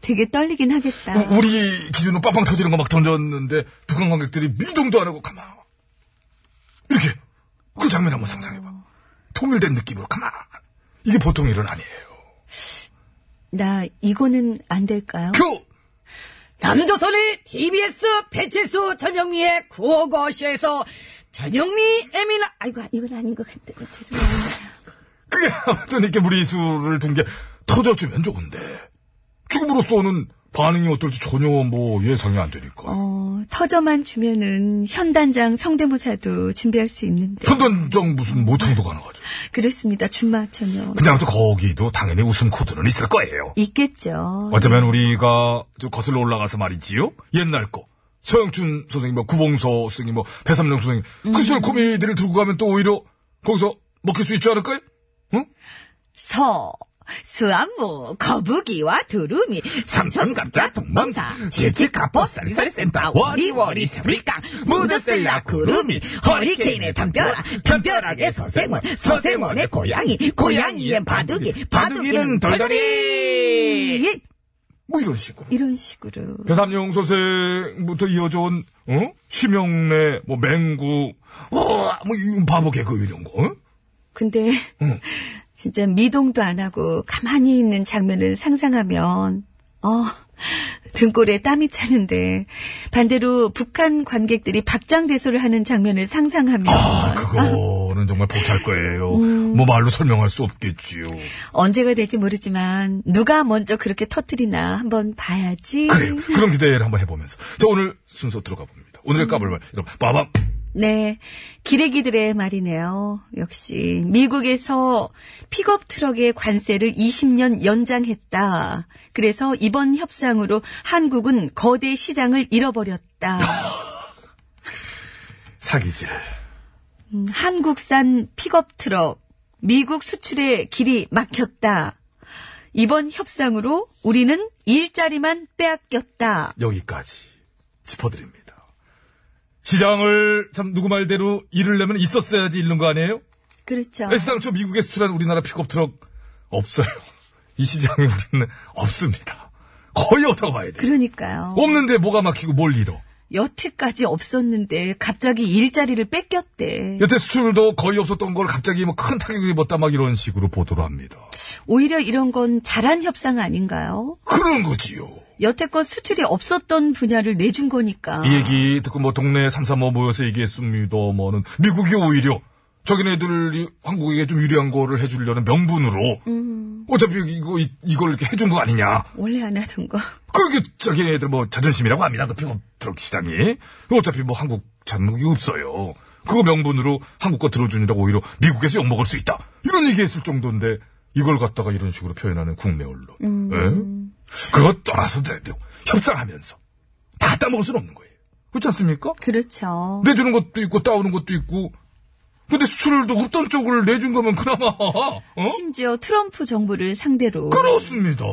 Speaker 2: 되게 떨리긴 하겠다.
Speaker 1: 우- 우리 기준으로 빵빵 터지는 거 막 던졌는데 북한 관객들이 미동도 안 하고 가만 이렇게 그 장면 한번 상상해봐 통일된 느낌으로 가만 이게 보통 일은 아니에요
Speaker 2: 나 이거는 안 될까요?
Speaker 1: 큐
Speaker 2: 남조선의 TBS 배치수 전영미의 구호거쇼에서 전영미 에밀라 아이고 이건 아닌 것 같아. 죄송합니다.
Speaker 1: 그게 아무튼 이렇게 무리수를 둔 게 터져주면 좋은데 지금으로서는 반응이 어떨지 전혀 뭐 예상이 안 되니까
Speaker 2: 어, 터저만 주면은 현단장 성대모사도 준비할 수 있는데.
Speaker 1: 현단장 무슨 모창도 가능하죠
Speaker 2: 그렇습니다. 준마 전영.
Speaker 1: 근데 아무튼 거기도 당연히 웃음 코드는 있을 거예요
Speaker 2: 있겠죠.
Speaker 1: 어쩌면 우리가 저 거슬러 올라가서 말이지요. 옛날 거. 서영춘 선생님, 뭐 구봉서 선생님, 뭐 배삼룡 선생님.
Speaker 7: 음.
Speaker 1: 그 시절 코미디를 들고 가면 또 오히려 거기서 먹힐 수 있지 않을까요? 응?
Speaker 2: 서, 수안무, 거북이와 두루미, 삼천감자, 동방사, 질치카포, 쌀쌀센다, 워리워리, 세물깡, 무드슬라, 구름이, 허리케인의 담벼락, 담벼락의 서생원, 서생원의 고양이, 고양이의 바둑이, 바둑이는 돌돌이!
Speaker 1: 뭐 이런 식으로.
Speaker 2: 예. 이런 식으로.
Speaker 1: 배삼룡 선생부터 이어져온 어? 심영래, 뭐 맹구, 와, 뭐 이 바보 개그 이런 거. 응?
Speaker 2: 근데,
Speaker 1: 응.
Speaker 2: 진짜 미동도 안 하고 가만히 있는 장면을 상상하면, 어, 등골에 땀이 차는데, 반대로 북한 관객들이 박장대소를 하는 장면을 상상하면,
Speaker 1: 아, 그거 저거는 정말 복잡할 거예요. 뭐 말로 설명할 수 없겠지요.
Speaker 2: 언제가 될지 모르지만 누가 먼저 그렇게 터뜨리나 한번 봐야지.
Speaker 1: 그래요. 그럼 기대를 한번 해보면서. 자, 오늘 순서 들어가 봅니다. 오늘의 까불말. 여러분, 빠밤!
Speaker 2: 네, 기레기들의 말이네요. 역시 미국에서 픽업 트럭의 관세를 20년 연장했다. 그래서 이번 협상으로 한국은 거대 시장을 잃어버렸다.
Speaker 1: 사기질.
Speaker 2: 음, 한국산 픽업 트럭 미국 수출의 길이 막혔다. 이번 협상으로 우리는 일자리만 빼앗겼다.
Speaker 1: 여기까지 짚어드립니다. 시장을 참 누구 말대로 일을 내면 있었어야지 잃는 거 아니에요?
Speaker 2: 그렇죠.
Speaker 1: 애시당초 미국에 수출한 우리나라 픽업 트럭 없어요. 이 시장에 우리는 없습니다. 거의 없다고 봐야 돼요.
Speaker 2: 그러니까요.
Speaker 1: 없는데 뭐가 막히고 뭘 잃어.
Speaker 2: 여태까지 없었는데 갑자기 일자리를 뺏겼대.
Speaker 1: 여태 수출도 거의 없었던 걸 갑자기 뭐 큰 타격을 입었다 막 이런 식으로 보도를 합니다.
Speaker 2: 오히려 이런 건 잘한 협상 아닌가요?
Speaker 1: 그런 거지요.
Speaker 2: 여태껏 수출이 없었던 분야를 내준 거니까.
Speaker 1: 이 얘기 듣고 뭐 동네 3, 3, 5 모여서 얘기했습니다. 뭐는 미국이 오히려 자기네들이 한국에게 좀 유리한 거를 해주려는 명분으로 어차피 이거 이, 이걸 이렇게 해준 거 아니냐.
Speaker 2: 원래 안 하던 거.
Speaker 1: 그렇게 자기네들 뭐 자존심이라고 합니다. 그 픽업 트럭 시장이 어차피 뭐 한국 잔목이 없어요. 그거 명분으로 한국 거 들어주느라고 오히려 미국에서 욕 먹을 수 있다. 이런 얘기했을 정도인데 이걸 갖다가 이런 식으로 표현하는 국내 언론. 예? 그거 떠나서더라도 협상하면서 다 따먹을 수는 없는 거예요. 그렇지 않습니까?
Speaker 2: 그렇죠.
Speaker 1: 내주는 것도 있고 따오는 것도 있고. 근데 수출도 없던 쪽을 내준 거면 그나마 어?
Speaker 2: 심지어 트럼프 정부를 상대로
Speaker 1: 그렇습니다.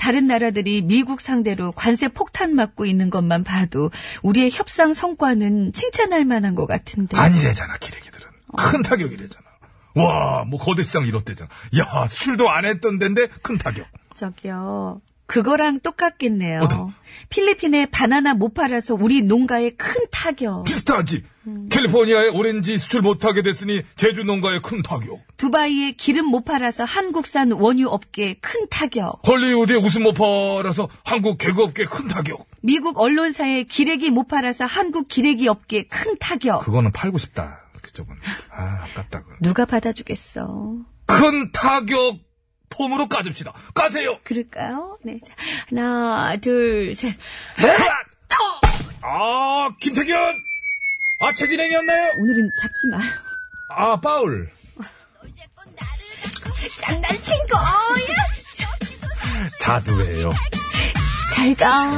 Speaker 2: 다른 나라들이 미국 상대로 관세 폭탄 맞고 있는 것만 봐도 우리의 협상 성과는 칭찬할 만한 것 같은데.
Speaker 1: 아니래잖아, 기레기들은. 큰 타격이래잖아. 와, 뭐, 거대 시장 이렇대잖아. 야, 수출도 안 했던 데인데, 큰 타격.
Speaker 2: 저기요. 그거랑 똑같겠네요.
Speaker 1: 어떤?
Speaker 2: 필리핀에 바나나 못 팔아서 우리 농가에 큰 타격.
Speaker 1: 비슷하지? 캘리포니아에 오렌지 수출 못하게 됐으니, 제주 농가에 큰 타격.
Speaker 2: 두바이에 기름 못 팔아서 한국산 원유 업계에 큰 타격.
Speaker 1: 헐리우드에 웃음 못 팔아서 한국 개그업계에 큰 타격.
Speaker 2: 미국 언론사에 기레기 못 팔아서 한국 기레기 업계에 큰 타격.
Speaker 1: 그거는 팔고 싶다. 그쪽은. 아, 아깝다. 그건.
Speaker 2: 누가 받아주겠어.
Speaker 1: 큰 타격 폼으로 까줍시다. 까세요!
Speaker 2: 그럴까요? 네. 자, 하나, 둘, 셋.
Speaker 1: 아, 김태균! 아, 최진행이었나요?
Speaker 2: 오늘은 잡지 마요.
Speaker 1: 아, 파울.
Speaker 2: 장난친 거!
Speaker 1: 자두예요.
Speaker 2: 잘 가.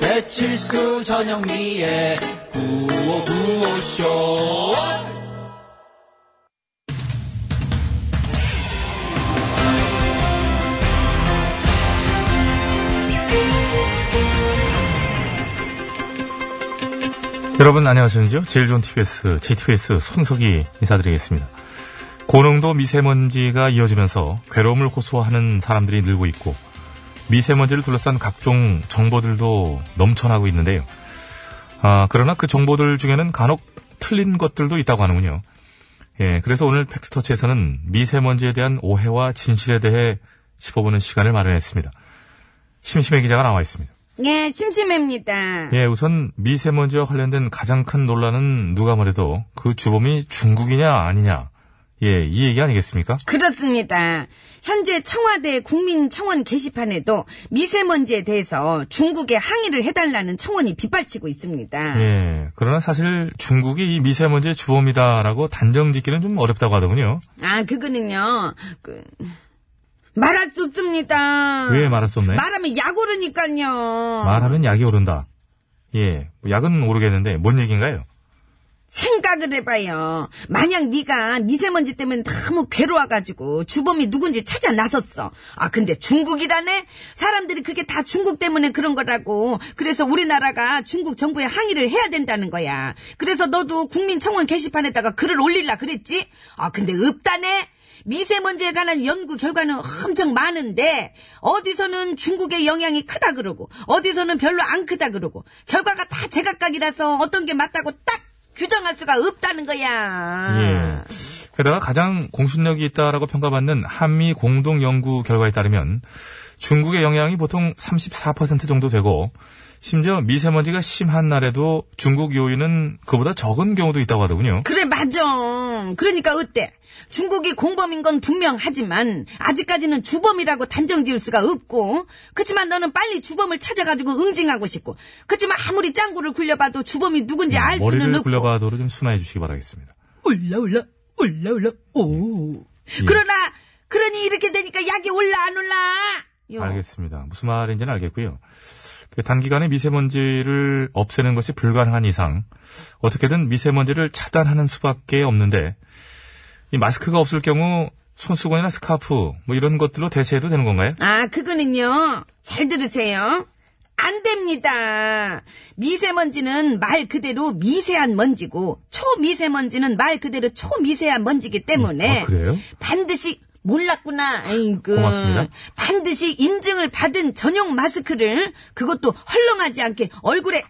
Speaker 12: 배칠수 전영미의 구호 구호쇼
Speaker 1: 여러분 안녕하십니까? 제일 좋은 TBS, JTBS 손석희 인사드리겠습니다. 고농도 미세먼지가 이어지면서 괴로움을 호소하는 사람들이 늘고 있고 미세먼지를 둘러싼 각종 정보들도 넘쳐나고 있는데요. 아, 그러나 그 정보들 중에는 간혹 틀린 것들도 있다고 하는군요. 예, 그래서 오늘 팩스터치에서는 미세먼지에 대한 오해와 진실에 대해 짚어보는 시간을 마련했습니다. 심심해 기자가 나와 있습니다.
Speaker 7: 예, 심심합니다.
Speaker 1: 예, 우선 미세먼지와 관련된 가장 큰 논란은 누가 말해도 그 주범이 중국이냐 아니냐. 예, 이 얘기 아니겠습니까?
Speaker 7: 그렇습니다. 현재 청와대 국민청원 게시판에도 미세먼지에 대해서 중국에 항의를 해달라는 청원이 빗발치고 있습니다.
Speaker 1: 예. 그러나 사실 중국이 이 미세먼지의 주범이다라고 단정 짓기는 좀 어렵다고 하더군요.
Speaker 7: 아, 그거는요. 그, 말할 수 없습니다.
Speaker 1: 왜 말할 수
Speaker 2: 음.
Speaker 1: 없나요?
Speaker 7: 말하면 약 오르니까요.
Speaker 1: 말하면 약이 오른다. 예. 뭐 약은 오르겠는데 뭔 얘기인가요?
Speaker 7: 생각을 해봐요. 만약 네가 미세먼지 때문에 너무 괴로워가지고 주범이 누군지 찾아 나섰어. 아 근데 중국이라네? 사람들이 그게 다 중국 때문에 그런 거라고. 그래서 우리나라가 중국 정부에 항의를 해야 된다는 거야. 그래서 너도 국민청원 게시판에다가 글을 올릴라 그랬지? 아 근데 없다네? 미세먼지에 관한 연구 결과는 엄청 많은데 어디서는 중국의 영향이 크다 그러고 어디서는 별로 안 크다 그러고 결과가 다 제각각이라서 어떤 게 맞다고 딱 규정할 수가 없다는 거야.
Speaker 1: 예. 게다가 가장 공신력이 있다라고 평가받는 한미 공동 연구 결과에 따르면 중국의 영향이 보통 34% 정도 되고 심지어 미세먼지가 심한 날에도 중국 요인은 그보다 적은 경우도 있다고 하더군요.
Speaker 2: 그래 맞아. 그러니까 어때? 중국이 공범인 건 분명하지만 아직까지는 주범이라고 단정지을 수가 없고 그렇지만 너는 빨리 주범을 찾아가지고 응징하고 싶고 그렇지만 아무리 짱구를 굴려봐도 주범이 누군지 알 수는
Speaker 1: 머리를
Speaker 2: 없고
Speaker 1: 굴려봐도로 좀 순화해 주시기 바라겠습니다.
Speaker 2: 올라 올라 올라 올라 오
Speaker 1: 예.
Speaker 2: 그러나 그러니 이렇게 되니까 약이 올라 안 올라 요.
Speaker 1: 알겠습니다. 무슨 말인지는 알겠고요. 그 단기간에 미세먼지를 없애는 것이 불가능한 이상 어떻게든 미세먼지를 차단하는 수밖에 없는데 이 마스크가 없을 경우 손수건이나 스카프 뭐 이런 것들로 대체해도 되는 건가요?
Speaker 2: 아, 그거는요. 잘 들으세요. 안 됩니다. 미세먼지는 말 그대로 미세한 먼지고 초미세먼지는 말 그대로 초미세한 먼지기 때문에
Speaker 1: 아, 그래요?
Speaker 2: 반드시 몰랐구나. 아이고.
Speaker 1: 고맙습니다.
Speaker 2: 반드시 인증을 받은 전용 마스크를 그것도 헐렁하지 않게 얼굴에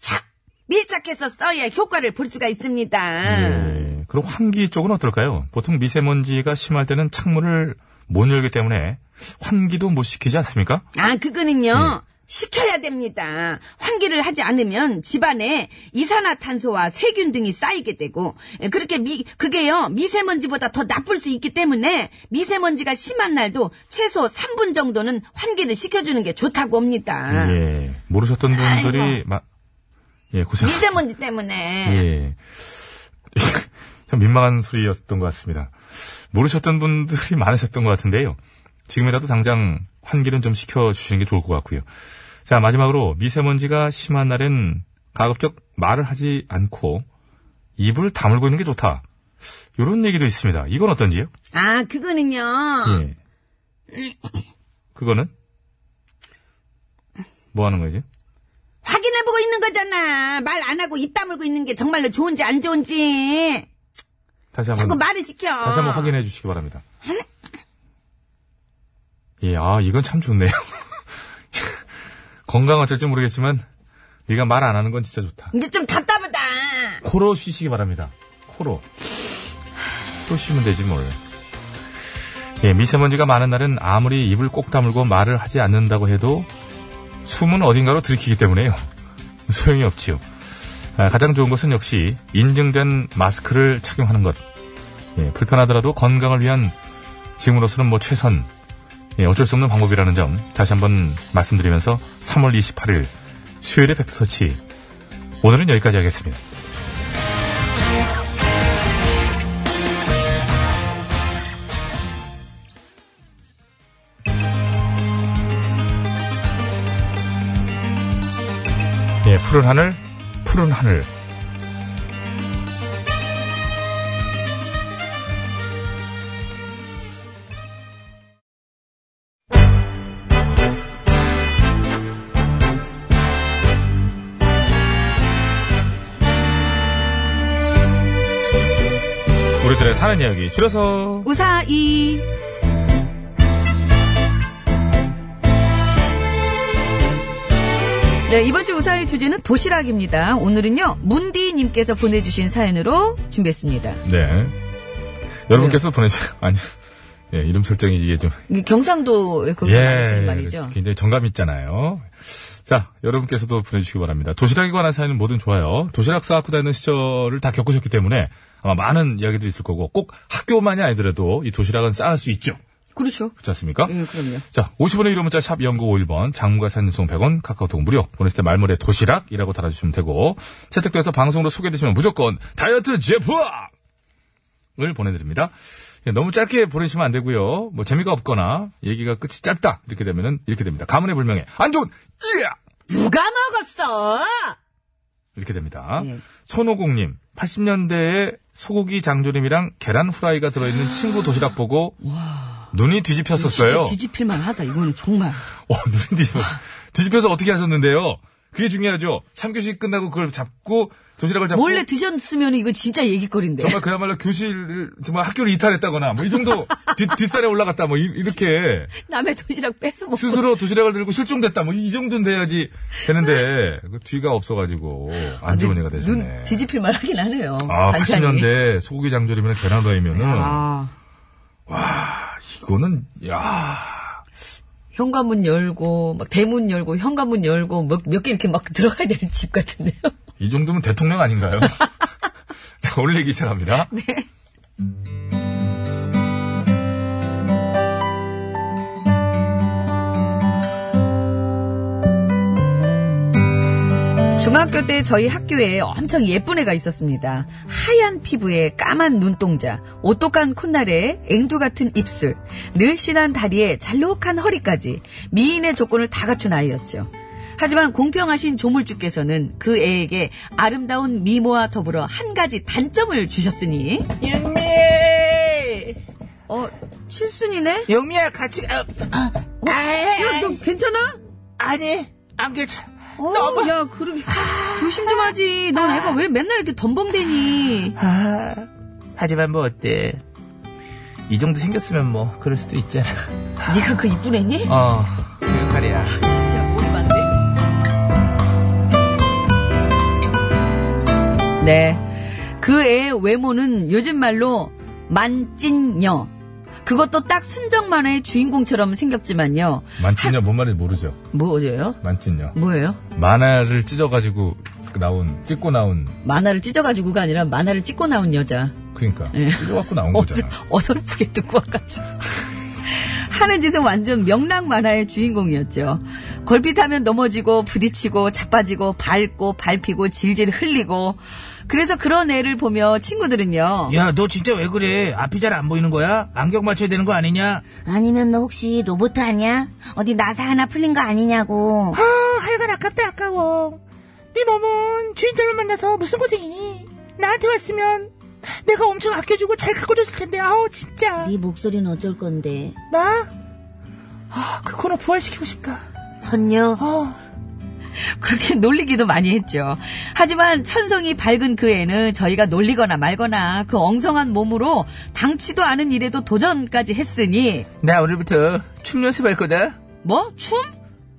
Speaker 2: 착 밀착해서 써야 효과를 볼 수가 있습니다.
Speaker 1: 예. 그럼 환기 쪽은 어떨까요? 보통 미세먼지가 심할 때는 창문을 못 열기 때문에 환기도 못 시키지 않습니까?
Speaker 2: 아, 그거는요.
Speaker 1: 네.
Speaker 2: 시켜야 됩니다. 환기를 하지 않으면 집안에 이산화탄소와 세균 등이 쌓이게 되고 에, 그렇게 미 그게요 미세먼지보다 더 나쁠 수 있기 때문에 미세먼지가 심한 날도 최소 3분 정도는 환기를 시켜주는 게 좋다고 합니다.
Speaker 1: 예. 모르셨던 분들이 막 예, 고생
Speaker 2: 미세먼지 때문에
Speaker 1: 예. 참 민망한 소리였던 것 같습니다. 모르셨던 분들이 많으셨던 것 같은데요. 지금이라도 당장 환기는 좀 시켜주시는 게 좋을 것 같고요. 자, 마지막으로 미세먼지가 심한 날엔 가급적 말을 하지 않고 입을 다물고 있는 게 좋다. 요런 얘기도 있습니다. 이건 어떤지요?
Speaker 2: 아 그거는요
Speaker 1: 예. 그거는? 뭐 하는 거지?
Speaker 2: 확인해보고 있는 거잖아. 말 안 하고 입 다물고 있는 게 정말로 좋은지 안 좋은지
Speaker 1: 다시 한 번.
Speaker 2: 자꾸 말을 시켜.
Speaker 1: 음. 다시 한번 확인해 주시기 바랍니다. 예, 아, 이건 참 좋네요. 건강 어쩔지 모르겠지만, 네가 말 안 하는 건 진짜 좋다.
Speaker 2: 이제 좀 답답하다.
Speaker 1: 코로 쉬시기 바랍니다. 코로. 또 쉬면 되지 뭘. 예, 미세먼지가 많은 날은 아무리 입을 꼭 다물고 말을 하지 않는다고 해도 숨은 어딘가로 들키기 때문에요. 소용이 없지요. 아, 가장 좋은 것은 역시 인증된 마스크를 착용하는 것. 예, 불편하더라도 건강을 위한 지금으로서는 뭐 최선, 예, 어쩔 수 없는 방법이라는 점 다시 한번 말씀드리면서 3월 28일 수요일의 팩트터치 오늘은 여기까지 하겠습니다. 예, 푸른 하늘, 푸른 하늘. 우리들의 사는 이야기 줄여서
Speaker 2: 우사이. 네, 이번 주 우사의 주제는 도시락입니다. 오늘은요, 문디님께서 보내주신 사연으로 준비했습니다.
Speaker 1: 네. 여러분께서 보내주, 아니, 예, 이름 설정이 이게 좀,
Speaker 2: 이게 경상도
Speaker 1: 예,
Speaker 2: 거기서 많이 쓰는 말이죠.
Speaker 1: 굉장히 정감 있잖아요. 자, 여러분께서도 보내주시기 바랍니다. 도시락에 관한 사연은 뭐든 좋아요. 도시락 싸갖고 다니는 시절을 다 겪으셨기 때문에 아마 많은 이야기들이 있을 거고 꼭 학교만이 아니더라도 이 도시락은 싸갈 수 있죠.
Speaker 2: 그렇죠.
Speaker 1: 그렇지 않습니까?
Speaker 2: 예, 그럼요.
Speaker 1: 자, 50원의 유료 문자 샵 0951번, 장무가 산송 100원, 카카오톡 무료. 보냈을 때 말머리에 도시락이라고 달아주시면 되고 채택돼서 방송으로 소개되시면 무조건 다이어트 제품을 보내드립니다. 예, 너무 짧게 보내시면 안 되고요. 뭐 재미가 없거나 얘기가 끝이 짧다 이렇게 되면은 이렇게 됩니다. 가문의 불명예 안 좋은 예
Speaker 2: 누가 먹었어?
Speaker 1: 이렇게 됩니다.
Speaker 2: 예.
Speaker 1: 손오공님 80년대에 소고기 장조림이랑 계란 후라이가 들어있는 친구 도시락 보고 눈이 뒤집혔었어요.
Speaker 2: 진짜 뒤집힐만 하다, 이거는 정말.
Speaker 1: 어, 눈이 뒤집어. 뒤집혀서 어떻게 하셨는데요? 그게 중요하죠. 3교시 끝나고 그걸 잡고
Speaker 7: 도시락을 잡고
Speaker 2: 몰래 드셨으면 이거 진짜 얘기거리인데.
Speaker 7: 정말 그야말로 교실 정말 학교를 이탈했다거나 뭐 이 정도 뒷, 뒷산에 올라갔다 뭐 이, 이렇게
Speaker 2: 남의 도시락 뺏어 먹고.
Speaker 7: 스스로 도시락을 들고 실종됐다 뭐 이 정도는 돼야지 되는데 그 뒤가 없어가지고 안 좋은 애가 되셨네.
Speaker 2: 눈 뒤집힐 만 하긴 하네요.
Speaker 7: 아,
Speaker 2: 반찬이.
Speaker 7: 80년대 소고기 장조림이나 계란후라이면은
Speaker 2: 아,
Speaker 7: 이거는 야
Speaker 2: 현관문 열고, 막 대문 열고, 현관문 열고, 몇 개 이렇게 막 들어가야 되는 집 같은데요.
Speaker 7: 이 정도면 대통령 아닌가요? 자, 올리기 시작합니다.
Speaker 2: 중학교 때 저희 학교에 엄청 예쁜 애가 있었습니다. 하얀 피부에 까만 눈동자, 오똑한 콧날에 앵두 같은 입술, 늘씬한 다리에 잘록한 허리까지 미인의 조건을 다 갖춘 아이였죠. 하지만 공평하신 조물주께서는 그 애에게 아름다운 미모와 더불어 한 가지 단점을 주셨으니
Speaker 3: 영미!
Speaker 2: 어 실순이네? 어,
Speaker 3: 영미야, 같이, 가- 아,
Speaker 2: 야 너 괜찮아?
Speaker 3: 아니, 안 괜찮아.
Speaker 2: 어,
Speaker 3: 너무-
Speaker 2: 야 그러게 조심 좀 하지. 넌 애가 왜 맨날 이렇게 덤벙대니?
Speaker 3: 아, 하지만 뭐 어때. 이 정도 생겼으면 뭐, 그럴 수도 있잖아.
Speaker 2: 네가 그 이쁜 애니?
Speaker 3: 어, 그 역할이야.
Speaker 2: 진짜 꼬리 반대. 네. 그 애의 외모는 요즘 말로 만찐녀. 그것도 딱 순정 만화의 주인공처럼 생겼지만요.
Speaker 7: 만찢냐 뭔 말인지 모르죠.
Speaker 2: 뭐예요?
Speaker 7: 만찢냐.
Speaker 2: 뭐예요?
Speaker 7: 만화를 찢어가지고 나온 찍고 나온
Speaker 2: 만화를 찢어가지고가 아니라 만화를 찍고 나온 여자.
Speaker 7: 그러니까
Speaker 2: 예.
Speaker 7: 찢어갖고 나온
Speaker 2: 어서,
Speaker 7: 거잖아.
Speaker 2: 어설프게 듣고 와가지고. 하는 짓은 완전 명랑 만화의 주인공이었죠. 걸핏하면 넘어지고 부딪히고 자빠지고 밟고 밟히고 질질 흘리고 그래서 그런 애를 보며 친구들은요.
Speaker 3: 야, 너 진짜 왜 그래? 앞이 잘 안 보이는 거야? 안경 맞춰야 되는 거 아니냐?
Speaker 13: 아니면 너 혹시 로봇 아니야? 어디 나사 하나 풀린 거 아니냐고.
Speaker 3: 아, 하여간 아깝다, 아까워. 네 몸은 주인장을 만나서 무슨 고생이니? 나한테 왔으면 내가 엄청 아껴주고 잘 갖고 줬을 텐데, 아우, 진짜.
Speaker 13: 네 목소리는 어쩔 건데.
Speaker 3: 나? 아, 그거는 부활시키고 싶다.
Speaker 13: 선녀.
Speaker 2: 어.
Speaker 3: 아,
Speaker 2: 그렇게 놀리기도 많이 했죠. 하지만 천성이 밝은 그 애는 저희가 놀리거나 말거나 그 엉성한 몸으로 당치도 않은 일에도 도전까지 했으니
Speaker 3: 나 오늘부터 춤 연습할 거다.
Speaker 2: 뭐? 춤?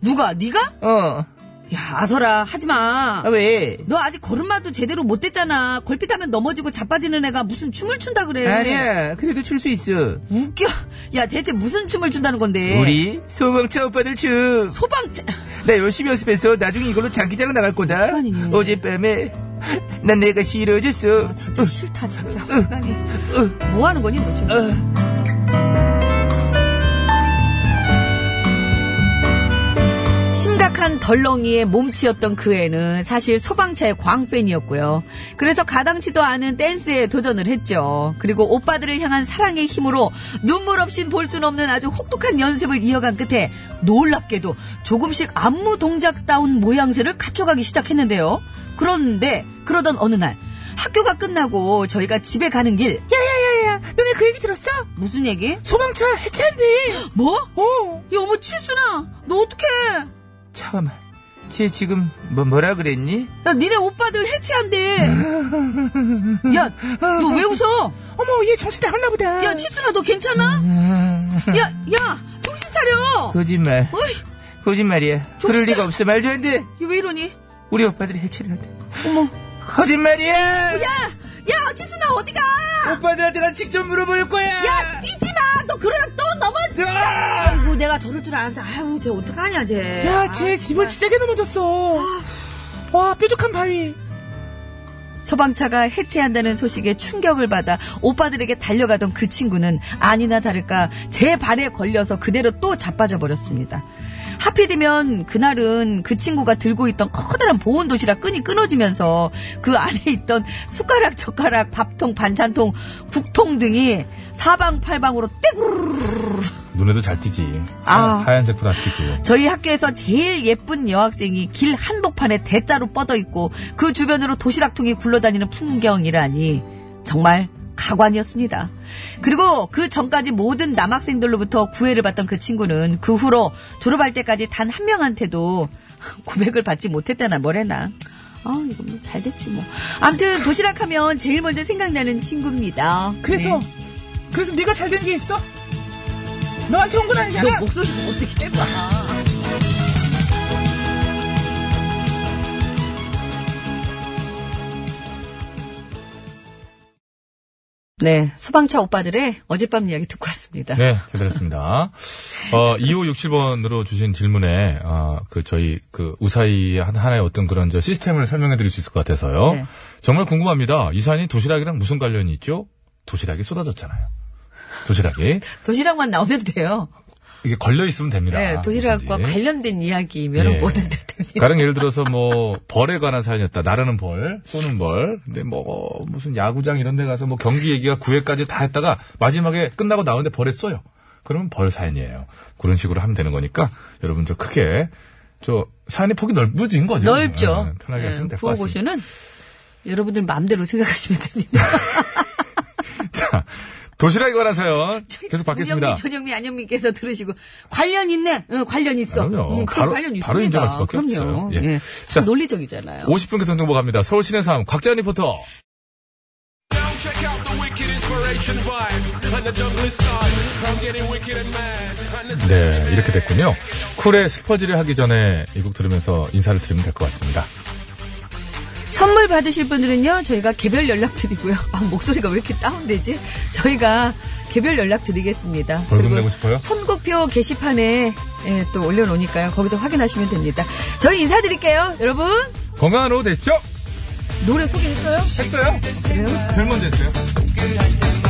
Speaker 2: 누가? 네가? 아.
Speaker 3: 어,
Speaker 2: 야 아서라 하지마.
Speaker 3: 아, 왜?
Speaker 2: 너 아직 걸음마도 제대로 못 됐잖아. 걸핏하면 넘어지고 자빠지는 애가 무슨 춤을 춘다 그래.
Speaker 3: 아니야, 그래도 출 수 있어.
Speaker 2: 웃겨. 야, 대체 무슨 춤을 춘다는 건데.
Speaker 3: 우리 소방차 오빠들 춤.
Speaker 2: 소방차.
Speaker 3: 나 열심히 연습해서 나중에 이걸로 장기자랑 나갈 거다.
Speaker 2: 시간이네.
Speaker 3: 어젯밤에 난 내가 싫어졌어.
Speaker 2: 아, 진짜 싫다, 진짜. 세상에. 뭐 하는 거니, 너 지금?
Speaker 3: 어,
Speaker 2: 심각한 덜렁이의 몸치였던 그 애는 사실 소방차의 광팬이었고요. 그래서 가당치도 않은 댄스에 도전을 했죠. 그리고 오빠들을 향한 사랑의 힘으로 눈물 없인 볼 수는 없는 아주 혹독한 연습을 이어간 끝에 놀랍게도 조금씩 안무 동작다운 모양새를 갖춰가기 시작했는데요. 그런데 그러던 어느 날 학교가 끝나고 저희가 집에 가는 길
Speaker 3: 야야야야, 너네 그 얘기 들었어?
Speaker 2: 무슨 얘기?
Speaker 3: 소방차 해체한대.
Speaker 2: 뭐?
Speaker 3: 어.
Speaker 2: 야, 어머 칠순아 너 어떡해
Speaker 3: 잠깐만. 쟤 지금 뭐 뭐라 그랬니?
Speaker 2: 야, 니네 오빠들 해체한대. 야, 너 왜 웃어?
Speaker 3: 어머, 얘 정신 나갔나 보다.
Speaker 2: 야, 치순아, 너 괜찮아? 야, 야, 정신 차려!
Speaker 3: 거짓말.
Speaker 2: 어이,
Speaker 3: 거짓말이야.
Speaker 2: 저
Speaker 3: 그럴
Speaker 2: 진짜-
Speaker 3: 리가 없어. 말도 안 돼.
Speaker 2: 이게 왜 이러니?
Speaker 3: 우리 오빠들이 해체를 한대.
Speaker 2: 어머.
Speaker 3: 거짓말이야.
Speaker 2: 야, 야, 치순아, 어디가?
Speaker 3: 오빠들한테 나 직접 물어볼 거야.
Speaker 2: 야, 뛰지 마! 너 그러다 또 넘어!
Speaker 3: 야,
Speaker 2: 아이고, 내가 저럴 줄 알았는데, 아유, 쟤 어떡하냐, 쟤. 아,
Speaker 3: 야, 쟤 집을 세게 넘어졌어. 와, 뾰족한 바위.
Speaker 2: 소방차가 해체한다는 소식에 충격을 받아 오빠들에게 달려가던 그 친구는 아니나 다를까 제 발에 걸려서 그대로 또 자빠져 버렸습니다. 하필이면 그날은 그 친구가 들고 있던 커다란 보온 도시락 끈이 끊어지면서 그 안에 있던 숟가락, 젓가락, 밥통, 반찬통, 국통 등이 사방팔방으로 떼구르르르
Speaker 7: 눈에도 잘 띄지.
Speaker 2: 아.
Speaker 7: 하얀- 하얀색 플라스틱으로.
Speaker 2: 저희 학교에서 제일 예쁜 여학생이 길 한복판에 대자로 뻗어 있고 그 주변으로 도시락통이 굴러다니는 풍경이라니 정말 가관이었습니다. 그리고 그 전까지 모든 남학생들로부터 구애를 받던 그 친구는 그 후로 졸업할 때까지 단 한 명한테도 고백을 받지 못했다나 뭐래나.
Speaker 8: 아, 이거 뭐 잘 됐지 뭐. 아무튼 도시락 하면 제일 먼저 생각나는 친구입니다.
Speaker 3: 그래서
Speaker 8: 네.
Speaker 3: 그래서 네가 잘 된 게 있어? 너한테 온 건 아니잖아.
Speaker 8: 너 목소리 좀 어떻게 해봐. 네, 소방차 오빠들의 어젯밤 이야기 듣고 왔습니다.
Speaker 1: 네, 잘 들었습니다. 어, 2567번으로 주신 질문에, 어, 그, 저희, 그, 우사이의 한- 하나의 어떤 그런 저 시스템을 설명해 드릴 수 있을 것 같아서요.
Speaker 8: 네.
Speaker 1: 정말 궁금합니다. 이 산이 도시락이랑 무슨 관련이 있죠? 도시락이 쏟아졌잖아요. 도시락이.
Speaker 8: 도시락만 나오면 돼요.
Speaker 1: 이게 걸려있으면 됩니다.
Speaker 8: 네, 도시락과
Speaker 1: 뭐든지.
Speaker 8: 관련된 이야기면
Speaker 1: 예.
Speaker 8: 은 뭐든 다 됩니다.
Speaker 1: 가령 예를 들어서 뭐 벌에 관한 사연이었다. 나르는 벌, 쏘는 벌. 근데 뭐 무슨 야구장 이런 데 가서 뭐 경기 얘기가 9회까지 다 했다가 마지막에 끝나고 나오는데 벌에 쏘요. 그러면 벌 사연이에요. 그런 식으로 하면 되는 거니까 여러분 저 크게 저 사연의 폭이 넓어진 거죠.
Speaker 8: 넓죠.
Speaker 1: 네, 편하게
Speaker 8: 예,
Speaker 1: 하시면 될 것 같습니다.
Speaker 8: 구호고쇼는 여러분들 마음대로 생각하시면 됩니다.
Speaker 1: 자, 도시락에 관한 사연 계속 받겠습니다.
Speaker 8: 문영미, 전영미, 안영미께서 들으시고 관련 있네. 응, 관련 있어.
Speaker 1: 그럼요.
Speaker 8: 응, 그럼
Speaker 1: 바로-
Speaker 8: 관련 있습니다.
Speaker 1: 바로 인정할 수밖에
Speaker 8: 그럼요.
Speaker 1: 없어요. 예.
Speaker 8: 예.
Speaker 1: 자.
Speaker 8: 참 논리적이잖아요.
Speaker 1: 50분 교통 정보 갑니다. 서울 시내 삶 곽재현 리포터. 네, 이렇게 됐군요. 쿨의 슬퍼지를 하기 전에 이 곡 들으면서 인사를 드리면 될 것 같습니다.
Speaker 8: 선물 받으실 분들은요, 저희가 개별 연락 드리고요. 아, 목소리가 왜 이렇게 다운되지? 저희가 개별 연락 드리겠습니다.
Speaker 1: 벌금
Speaker 8: 그리고
Speaker 1: 내고 싶어요?
Speaker 8: 선곡표 게시판에 예, 또 올려놓으니까요. 거기서 확인하시면 됩니다. 저희 인사드릴게요. 여러분,
Speaker 1: 건강한 오후 되십시오.
Speaker 8: 노래 소개했어요?
Speaker 1: 했어요?
Speaker 8: 그래요?
Speaker 1: 질문 됐어요?